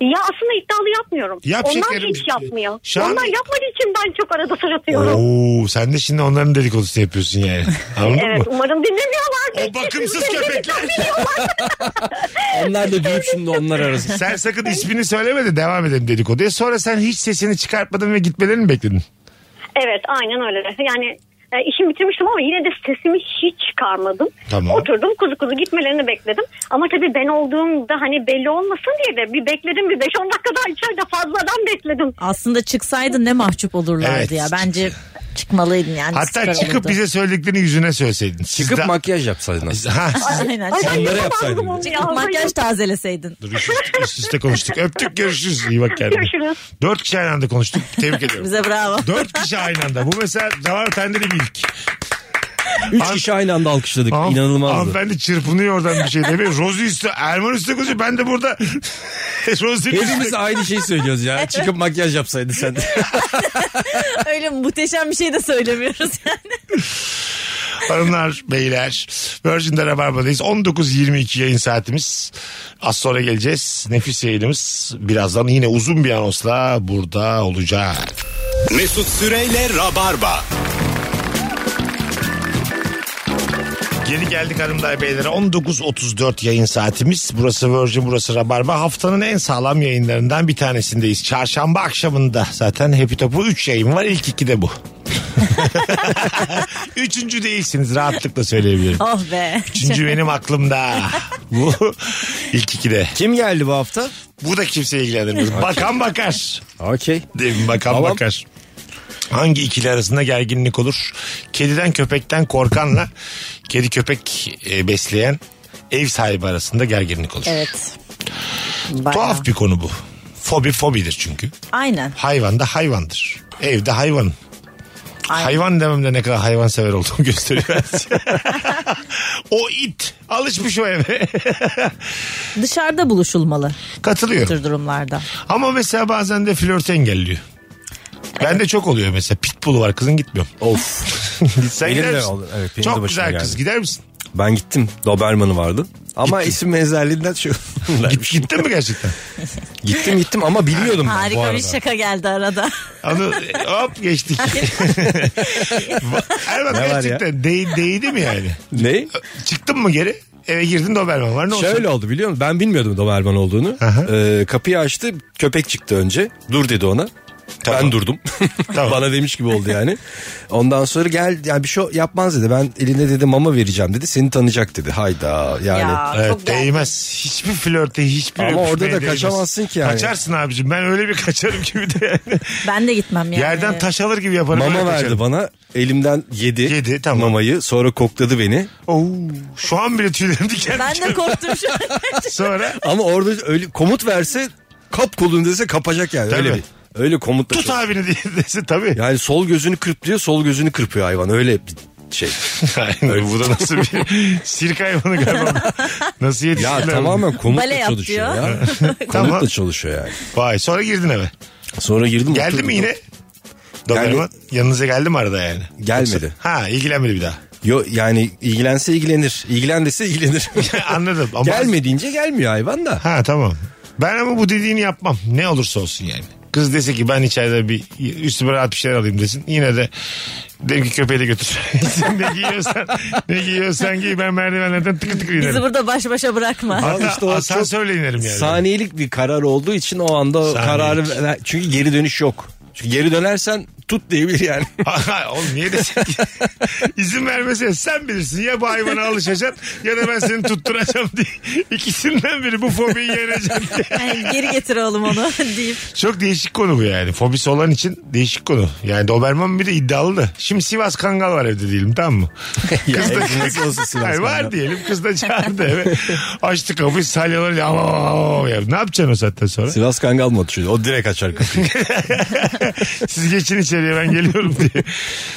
Ya aslında iddialı yapmıyorum.
Yap
Onlar
şekerim. şey.
hiç yapmıyor.
Şu an-
Onlar yapmadığı için ben çok arada saratıyorum.
Oo, sen de şimdi onların dedikodusunu yapıyorsun yani. Anladın
Evet
mı?
umarım dinlemiyorlar.
O bakımsız
Sesimi
köpekler.
Onlar da büyük şimdi onlar arasında.
Sen sakın ismini söyleme de devam edelim dedikoduya. Sonra sen hiç sesini çıkartmadın ve gitmelerini mi bekledin?
Evet aynen öyle. Yani e, işimi bitirmiştim ama yine de sesimi hiç çıkarmadım.
Tamam.
Oturdum kuzu kuzu gitmelerini bekledim. Ama tabii ben olduğumda hani belli olmasın diye de bir bekledim bir 5-10 dakika daha içeride fazladan bekledim.
Aslında çıksaydın ne mahcup olurlardı
Evet.
ya. Bence çıkmalıydın yani.
Hatta
süper
çıkıp
olurdu.
bize söylediklerini yüzüne söyleseydin. Siz
Çıkıp
de-
makyaj yapsaydın aslında.
Ha, siz-
Aynen.
Ay, ben yapamazdım
Onları yapsaydın.
onu ya.
Çıkıp makyaj tazeleseydin.
Dur üst, üste- üst üste konuştuk. Öptük görüşürüz. İyi bak kendine.
Görüşürüz.
Dört kişi aynı anda konuştuk. Tebrik ediyorum.
Bize bravo.
Dört kişi aynı anda. Bu mesela Davar Tendeli bir ilk.
Üç kişi aynı anda alkışladık.
Hanım-
İnanılmazdı.
Hanımefendi çırpınıyor oradan bir şey demiyor. Rozi üstü, Erman üstü koşuyor. Ben de burada Rozi
Hepimiz aynı şeyi söylüyoruz ya. Çıkıp makyaj yapsaydın sen de.
Öyle muhteşem bir şey de söylemiyoruz yani.
Hanımlar, beyler. Virgin'de Rabarba'dayız. 19.22 yayın saatimiz. Az sonra geleceğiz. Nefis yayınımız. Birazdan yine uzun bir anonsla burada olacak.
Mesut Süreyle Rabarba.
Geri geldik hanımlar beyler. 19.34 yayın saatimiz. Burası Virgin, burası Rabarba. Haftanın en sağlam yayınlarından bir tanesindeyiz. Çarşamba akşamında zaten Happy Top'u 3 yayın var. İlk iki de bu. Üçüncü değilsiniz rahatlıkla söyleyebilirim.
Oh be.
Üçüncü benim aklımda. Bu ilk ikide.
Kim geldi bu hafta?
Bu da kimseyi ilgilendirmez. Bakan bakar.
Okey.
Değil mi? Bakan
Tamam.
bakar. Hangi ikili arasında gerginlik olur? Kediden köpekten korkanla kedi köpek e, besleyen ev sahibi arasında gerginlik olur.
Evet. Bayağı.
Tuhaf bir konu bu. Fobi fobidir çünkü.
Aynen.
Hayvan da hayvandır. Evde hayvan.
Aynen.
Hayvan demem de ne kadar hayvansever olduğumu gösteriyor. o it alışmış o eve.
Dışarıda buluşulmalı
Katılıyorum.
tür
Hmm,
durumlarda.
Ama mesela bazen de flörtü engelliyor. Bende çok oluyor mesela. Pitbull var kızın gitmiyorum.
Of.
Sen
Benim
gider
de
misin?
oldu. Evet, benim de
çok
başıma
güzel kız
geldi.
gider misin?
Ben gittim. Doberman'ı vardı. Ama isim benzerliğinden şu.
Git,
şey
gittin mi gerçekten?
gittim gittim ama bilmiyordum ben bu
Harika
arada.
bir şaka geldi arada.
Onu E, hop geçtik. Erman
Ne var ya?
gerçekten değ, değdi mi yani?
Ne?
Çıktın mı geri? Eve girdin Doberman var ne olsun?
Şöyle oldu biliyor musun? Ben bilmiyordum Doberman olduğunu.
Aha.
Ee, kapıyı açtı. Köpek çıktı önce. Dur dedi ona.
Tamam.
Ben durdum.
Tamam.
Bana demiş gibi oldu yani. Ondan sonra gel yani bir şey yapmaz dedi. Ben eline dedi mama vereceğim dedi. Seni tanıyacak dedi. Hayda yani.
ya
Evet
çok gergin.
değmez. Hiçbir flörte hiçbir
Ama
öpüşmeye
orada da
değmez.
kaçamazsın ki yani.
Kaçarsın abicim ben öyle bir kaçarım gibi de yani.
Ben de gitmem yani.
Yerden taş alır gibi yaparım.
Mama
öyle
verdi
kaçarım.
bana. Elimden yedi.
Yedi, tamam.
Mamayı sonra kokladı beni.
Oo, şu an bile tüylerim diken
Ben
diken.
de korktum şu an.
Sonra
Ama orada öyle komut verse kap kolunu dese kapacak yani.
Tabii.
Öyle bir. Öyle komut da
tut
çok-
abini diye desin tabii.
Yani sol gözünü kırpıyor sol gözünü kırpıyor hayvan. Öyle bir şey.
Aynen bu da nasıl bir sirk hayvanı galiba. Nasıl yetiştiler?
Ya
bunu?
tamamen
Bale
komutla
yap
çalışıyor
diyor.
ya.
Tamam.
komutla çalışıyor yani.
Vay sonra girdin eve.
Sonra girdim.
Geldi
oturdum.
mi yine? Doberman yanınıza geldi mi arada yani?
Gelmedi.
Ha ilgilenmedi bir daha.
Yo yani ilgilense ilgilenir. İlgilen dese ilgilenir.
Anladım. Ama
Gelmediğince gelmiyor hayvan da.
Ha tamam. Ben ama bu dediğini yapmam. Ne olursa olsun yani. Kız dese ki ben içeride bir üstüme rahat bir şeyler alayım desin. Yine de derim ki köpeği de götür. ne giyiyorsan, ne giyiyorsan giy ben merdivenlerden tıkır tıkır
Bizi
inerim.
burada baş başa bırakma.
Hatta
İşte o çok-
asansörle inerim yani.
Saniyelik bir karar olduğu için o anda o
Saniyelik.
kararı ver- çünkü geri dönüş yok. Çünkü geri dönersen tut diyebilir yani.
Oğlum niye desin ki? İzin vermese sen bilirsin ya bu hayvana alışacaksın ya da ben seni tutturacağım diye. İkisinden biri bu fobiyi yeneceksin diye.
Yani Hani geri getir oğlum onu deyip.
Çok değişik konu bu yani. Fobisi olan için değişik konu. Yani Doberman bir de iddialı da. Şimdi Sivas Kangal var evde diyelim tamam mı? Kız da Hayır, var diyelim. Kız da çağırdı eve. Açtı kapıyı salyaları. "Av, av, av" ya. Ne yapacaksın o saatten sonra?
Sivas Kangal mı atışıyor? O direkt açar kapıyı.
Siz geçin içeri içeriye ben geliyorum diye.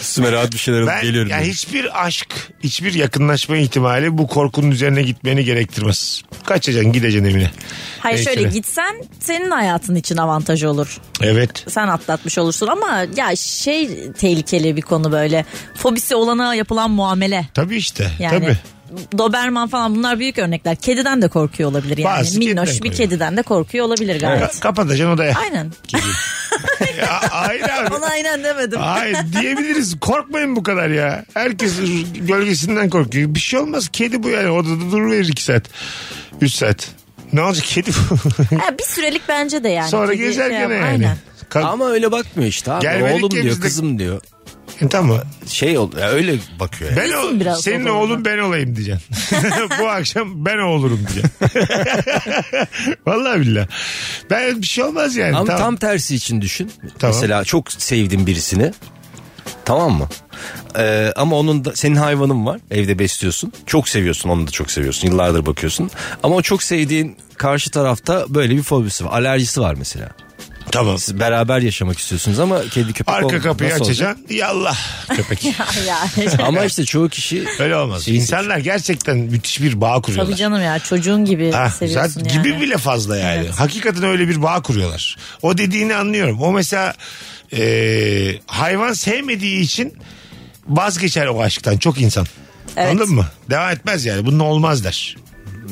Üstüme rahat bir
Ben,
şeyler alıp geliyorum.
ya
dedim.
hiçbir aşk, hiçbir yakınlaşma ihtimali bu korkunun üzerine gitmeni gerektirmez. Kaçacaksın gideceksin evine.
Hayır şöyle
Belki de.
gitsen senin hayatın için avantaj olur.
Evet.
Sen atlatmış olursun ama ya şey tehlikeli bir konu böyle. Fobisi olana yapılan muamele.
Tabii işte.
Yani
Tabii.
Doberman falan bunlar büyük örnekler. Kediden de korkuyor olabilir yani.
Bazısı
Minnoş
kediden
bir
korkuyor.
kediden de korkuyor olabilir gayet.
Ka- kapatacaksın odaya.
Aynen.
Ya, hayır abi.
Ona aynen demedim.
Hayır diyebiliriz. Korkmayın bu kadar ya. Herkes gölgesinden korkuyor. Bir şey olmaz. Kedi bu yani. Odada duruverir iki saat. Üç saat. Ne olacak kedi bu?
Ha, bir sürelik bence de yani.
Sonra
Kedi şey
gezer gene
yap-
yani.
Aynen.
Kalk-
Ama öyle bakmıyor işte abi.
Gelmedik
Oğlum
ya
diyor
biz de-
kızım diyor.
E, tamam.
Şey ol, ya öyle bakıyor yani.
Ben
Kızsın
o,
biraz
senin
odamda.
oğlun ben olayım diyeceksin. bu akşam ben o olurum diyeceksin. Vallahi billahi. Ben bir şey olmaz yani.
Ama
tamam.
tam tersi için düşün.
Tamam.
Mesela çok sevdiğin birisini. Tamam mı? Ee, ama onun da senin hayvanın var. Evde besliyorsun. Çok seviyorsun. Onu da çok seviyorsun. Yıllardır bakıyorsun. Ama o çok sevdiğin karşı tarafta böyle bir fobisi var. Alerjisi var mesela.
Tamam.
Siz beraber yaşamak istiyorsunuz ama kedi köpek
Arka
olmadı.
kapıyı
Nasıl olacak?
açacaksın. Yallah köpek.
Ya,
Ama işte çoğu kişi
Öyle olmaz.
Şey-
İnsanlar gerçekten müthiş bir bağ kuruyorlar.
Tabii canım ya çocuğun gibi
Ha,
seviyorsun
zaten
yani.
Ah, Gibi bile fazla yani. Hakikaten öyle bir bağ kuruyorlar. O dediğini anlıyorum. O mesela e, hayvan sevmediği için vazgeçer o aşktan çok insan.
Evet.
Anladın mı? Devam etmez yani. Bunun olmaz der.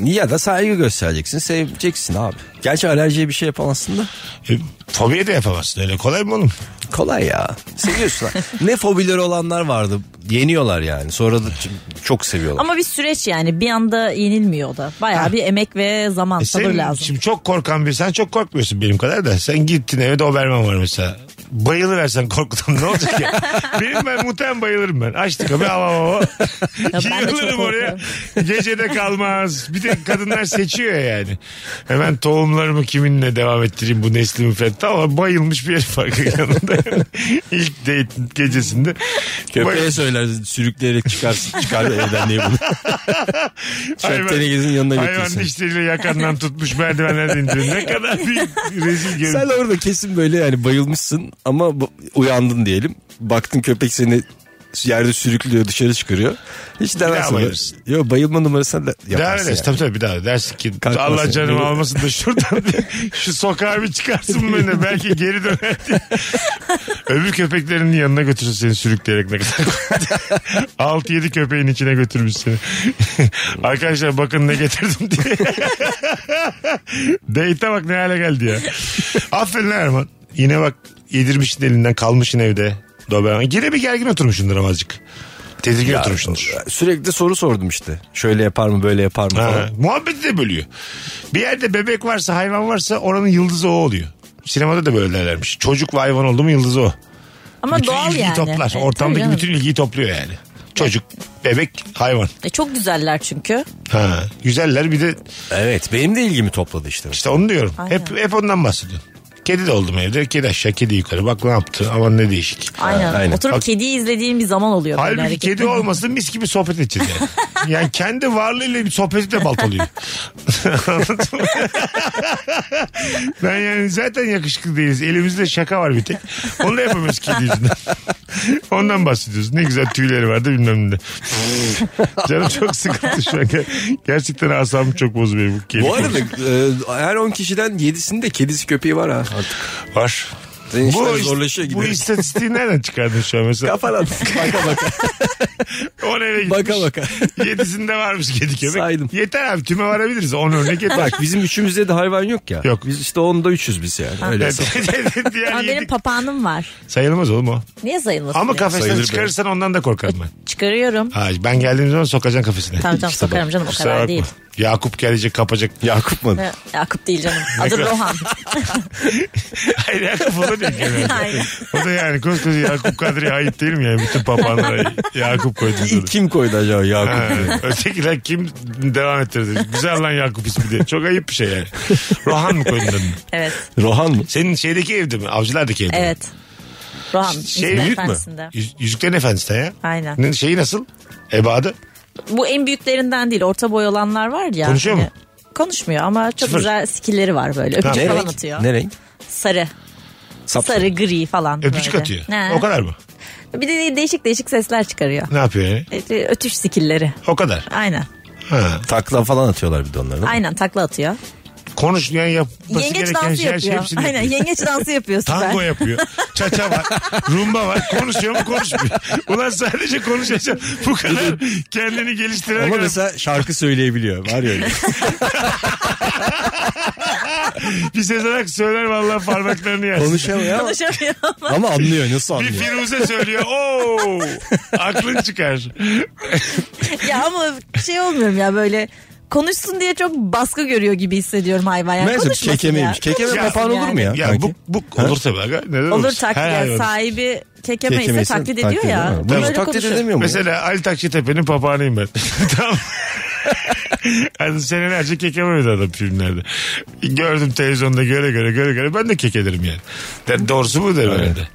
ya da saygı göstereceksin. Seveceksin abi. Gerçi alerjiye bir şey yapamazsın da.
E, fobiye de yapamazsın öyle. Kolay mı oğlum? E,
Kolay ya. Seviyorsun. ha. ne fobileri olanlar vardı. Yeniyorlar yani. Sonra da ç- çok seviyorlar.
Ama bir süreç yani bir anda yenilmiyor o da. Bayağı bir emek ve zaman
E,
sabır
senin
lazım.
Şimdi çok korkan bir sen çok korkmuyorsun benim kadar da. Sen gittin eve Doberman var mesela. Bayılıversen korkudan ne olacak ya? Benim ben muhtemelen bayılırım ben. Açtık abi hava hava.
ben de çok
Yığılırım oraya. Gecede kalmaz. Bir de kadınlar seçiyor ya yani. Hemen tohumlarımı kiminle devam ettireyim bu neslimi falan. Tamam bayılmış bir herif arka yanında. İlk date gecesinde. Bayıl-
Köpeğe söyler sürükleyerek çıkarsın çıkar evden diye bunu.
Hayvan-
Çöptenegizin yanına
Hayvanın
götürsün.
dişleriyle yakandan tutmuş merdivenlerden indirin. Ne kadar bir rezil görüntü.
Sen orada kesin böyle yani bayılmışsın ama bu- uyandın diyelim. Baktın köpek seni yerde sürüklüyor dışarı çıkarıyor. Hiç demezsin.
bayılırsın.
Yok bayılma numarasını da
Devam
yaparsın.
edersin.
Yani.
Tabii tabii bir daha dersin ki
Kalkmasın.
Allah canımı
Yürü.
almasın da şuradan bir- şu sokağa bir çıkarsın beni belki geri döner diye. Öbür köpeklerin yanına götürür seni sürükleyerek ne kadar. 6-7 köpeğin içine götürmüş seni. Arkadaşlar bakın ne getirdim diye. Date'e bak ne hale geldi ya. Aferin Erman. Yine bak yedirmişsin elinden kalmışsın evde. Doberman. Yine bir gergin oturmuşsundur ama azıcık. Tedirgin oturmuşsundur.
Sürekli soru sordum işte. Şöyle yapar mı böyle yapar mı
Ha,
falan.
muhabbeti de bölüyor. Bir yerde bebek varsa hayvan varsa oranın yıldızı o oluyor. Sinemada da böyle derlermiş. Çocuk ve hayvan oldu mu yıldızı o.
Ama
bütün
doğal
ilgiyi
yani.
toplar.
E, tabii
Ortamdaki
canım.
bütün ilgiyi topluyor yani. Çocuk, bebek, hayvan.
E, çok güzeller çünkü.
Ha, güzeller bir de
Evet benim de ilgimi topladı işte.
işte onu diyorum.
Aynen.
Hep hep ondan bahsediyorum. Kedi de oldum evde. Kedi aşağı, kedi yukarı. Bak ne yaptı. Aman ne değişik.
Aynen.
aynen.
Oturup
Bak-
kediyi izlediğin bir zaman oluyor. böyle
Halbuki
hareketler.
kedi olmasın mis gibi sohbet edeceğiz yani. yani kendi varlığıyla bir sohbeti de baltalıyor. Anladın mı? ben yani zaten yakışıklı değiliz. Elimizde şaka var bir tek. Onu da yapamıyoruz kedi yüzünden. Ondan bahsediyoruz. Ne güzel tüyleri vardı bilmem ne. Canım çok sıkıntı şu an. Ger- Gerçekten asabım çok bozuyor bu kedi.
Bu arada e, her 10 kişiden 7'sinde kedisi köpeği var ha artık.
var.
Senin
Bu,
işler
ist-
zorlaşıyor
bu
giderek.
istatistiği nereden çıkardın şu an mesela?
Kafadan baka baka.
10 eve gitmiş.
Baka baka.
Yedisinde varmış kedi köpek.
Saydım.
Yeter abi tüme varabiliriz. 10 örnek yeter.
Bak bizim üçümüzde de hayvan yok ya.
Yok.
Biz işte onda üçüz biz yani. Öyle hesap.
Diğer
Ama
yedi-
benim papağanım var.
Sayılmaz oğlum o.
Niye sayılmasın?
Ama
ya?
kafesten
Sayılır
çıkarırsan ondan da korkarım ben.
Çıkarıyorum.
Ha, ben geldiğim zaman sokacaksın kafesine.
Tamam tamam
İşte bak,
sokarım canım o
Kusura
kadar
bakma.
değil.
Yakup gelecek kapacak.
Yakup mu?
Ha, Yakup değil canım. Adı Rohan.
Hayır Yakup o da değil. genelde.
Aynen.
o da yani koskoca Yakup Kadri'ye ait değil mi yani? Bütün papağanlara Yakup koydum.
İlk kim koydu acaba
Ha,
Yakup?
ötekiler kim devam ettirdi? Güzel lan Yakup ismi diye. Çok ayıp bir şey yani. Rohan mı koydun adını?
Evet.
Rohan mı?
Senin şeydeki evde mi? Avcılardaki evde mi?
Evet. Rohan.
Şey
Yüzüklerin
büyük mü?
Efendisi'nde.
Yüz- Yüzüklerin Efendisi'nde ya.
Aynen.
Ne- Şeyi nasıl? Ebadı?
Bu en büyüklerinden değil. Orta boy olanlar var ya. Hani
Konuşuyor mu?
Konuşmuyor ama çok
Sıfır.
güzel skilleri var böyle. Öpücük
Ne
Şey falan
renk?
atıyor.
Ne renk?
Sarı. Sarı gri falan.
Öpücük
böyle.
atıyor.
He.
O kadar mı?
Bir de değişik değişik sesler çıkarıyor. E,
Ne yapıyor yani?
Ö- Ötüş skilleri.
O kadar.
Aynen.
Ha.
Takla falan atıyorlar bir de onları. değil mi?
Aynen takla atıyor.
Konuşmayan yapması
yengeç
gereken
dansı
şey her şey
yapıyor.
hepsini yapıyor.
Aynen yengeç dansı yapıyor süper.
Tango yapıyor. Çaça var. Rumba var. Konuşuyor mu konuşmuyor. Ulan sadece konuşacak. Bu kadar kendini geliştirene
Ama
kadar.
mesela şarkı söyleyebiliyor. Var ya öyle.
Bir Sezen Aksu söyler vallahi parmaklarını yersin.
Konuşamıyor ama,
Konuşamıyor ama.
ama anlıyor. Nasıl
Bir
anlıyor?
Firuze söylüyor. Oo, aklın çıkar.
ya ama şey olmuyorum ya böyle konuşsun diye çok baskı görüyor gibi hissediyorum hayvan. Yani
Mesela
konuşmasın
kekemeymiş.
ya.
Kekeme
Konuşmasın
papağan olur mu ya?
Ya
Kanki.
bu, bu olur tabii. aga. Neden
Olur
olmasın?
taklit.
Her hayvan.
yani. Sahibi kekeme ise
Kekemeyse
taklit ediyor ya.
edemem.
Böyle
Bunu taklit
konuşuyor.
edemiyor mu? Mesela
Mesela Ali Takçıtepe'nin papağanıyım ben. tamam. Yani senelerce kekememedi adam filmlerde. Gördüm televizyonda göre göre göre göre ben de kekelerim yani. Der, doğrusu bu der herhalde.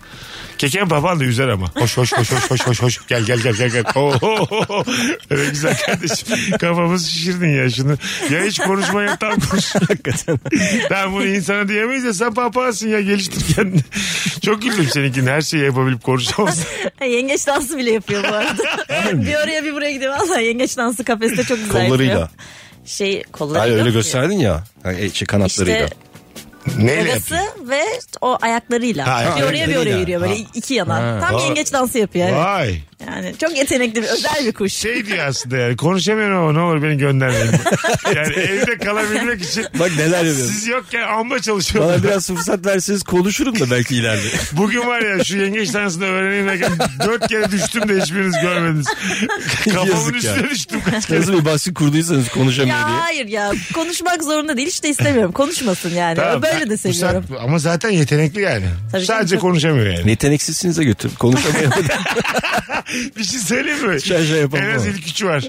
Kekem papağan da üzer ama. Hoş hoş hoş hoş hoş hoş hoş. Gel gel gel gel gel. Oo, oo, oo. Evet, güzel kardeşim. Kafamız şişirdin ya şunu. Ya hiç konuşma ya tam konuş. Hakikaten. Ben bunu insana diyemeyiz ya sen papağansın ya geliştir kendini. Çok güldüm seninkinin her şeyi yapabilip konuşamazsın.
Ha, Yengeç dansı bile yapıyor bu arada. bir oraya bir buraya gidiyor. Valla yengeç dansı kafeste çok güzel yapıyor.
kollarıyla.
Şey kollarıyla.
Hayır öyle
yapıyor.
gösterdin ya. Yani, e, şey, kanatlarıyla.
İşte
Neyle
Gagası
yapıyor?
ve o ayaklarıyla.
Ha,
bir oraya bir oraya
ayaklarıyla.
yürüyor böyle iki yana. Tam
Vay.
yengeç dansı yapıyor. evet.
Vay.
Yani çok yetenekli bir özel bir kuş.
şey diyor aslında yani konuşamıyorum ama ne olur beni göndermeyin. yani evde kalabilmek için
Bak neler yapıyorsun.
siz yokken amba
Bana
çalışıyorum.
biraz fırsat verseniz konuşurum da belki ileride.
Bugün var ya şu yengeç dansını öğreneyim derken dört kere düştüm de hiçbiriniz görmediniz. Kafamın
Yazık ya.
üstüne düştüm.
Nasıl bir baskı kurduysanız konuşamıyor
Ya
diye.
hayır ya konuşmak zorunda değil hiç de istemiyorum konuşmasın yani
Tamam,
böyle de
bu
seviyorum.
saat- ama zaten yetenekli yani.
Tabii canım,
Sadece
çok-
konuşamıyor yani.
Yeteneksizsinize götür. Konuşamıyor.
Bir şey söyleyeyim mi?
Şey şey yapalım
en az
ama.
ilk üçü var.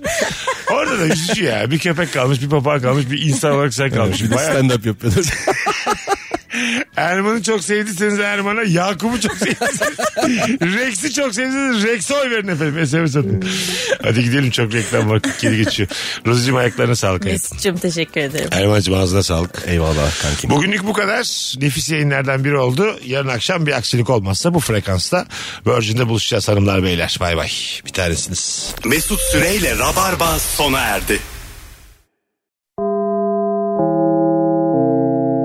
Orada da üzücü ya. Bir köpek kalmış, bir papağan kalmış, bir insan olarak sen kalmışsın. Bayağı
Stand up yapıyorlar.
Erman'ı çok sevdiyseniz Erman'a, Yakup'u çok sevdiyseniz, Rex'i çok sevdiyseniz Rex'e oy verin efendim. SMS atın. Hadi gidelim çok reklam var. Geri geçiyor. Rozi'cim ayaklarına sağlık. hayatım.
Mesut'cum teşekkür ederim.
Erman'cım ağzına sağlık.
Eyvallah kankim.
Bugünlük bu kadar. Nefis yayınlardan biri oldu. Yarın akşam bir aksilik olmazsa bu frekansta Virgin'de buluşacağız hanımlar beyler. Bay bay. Bir tanesiniz.
Mesut Süreyle Rabarba sona erdi.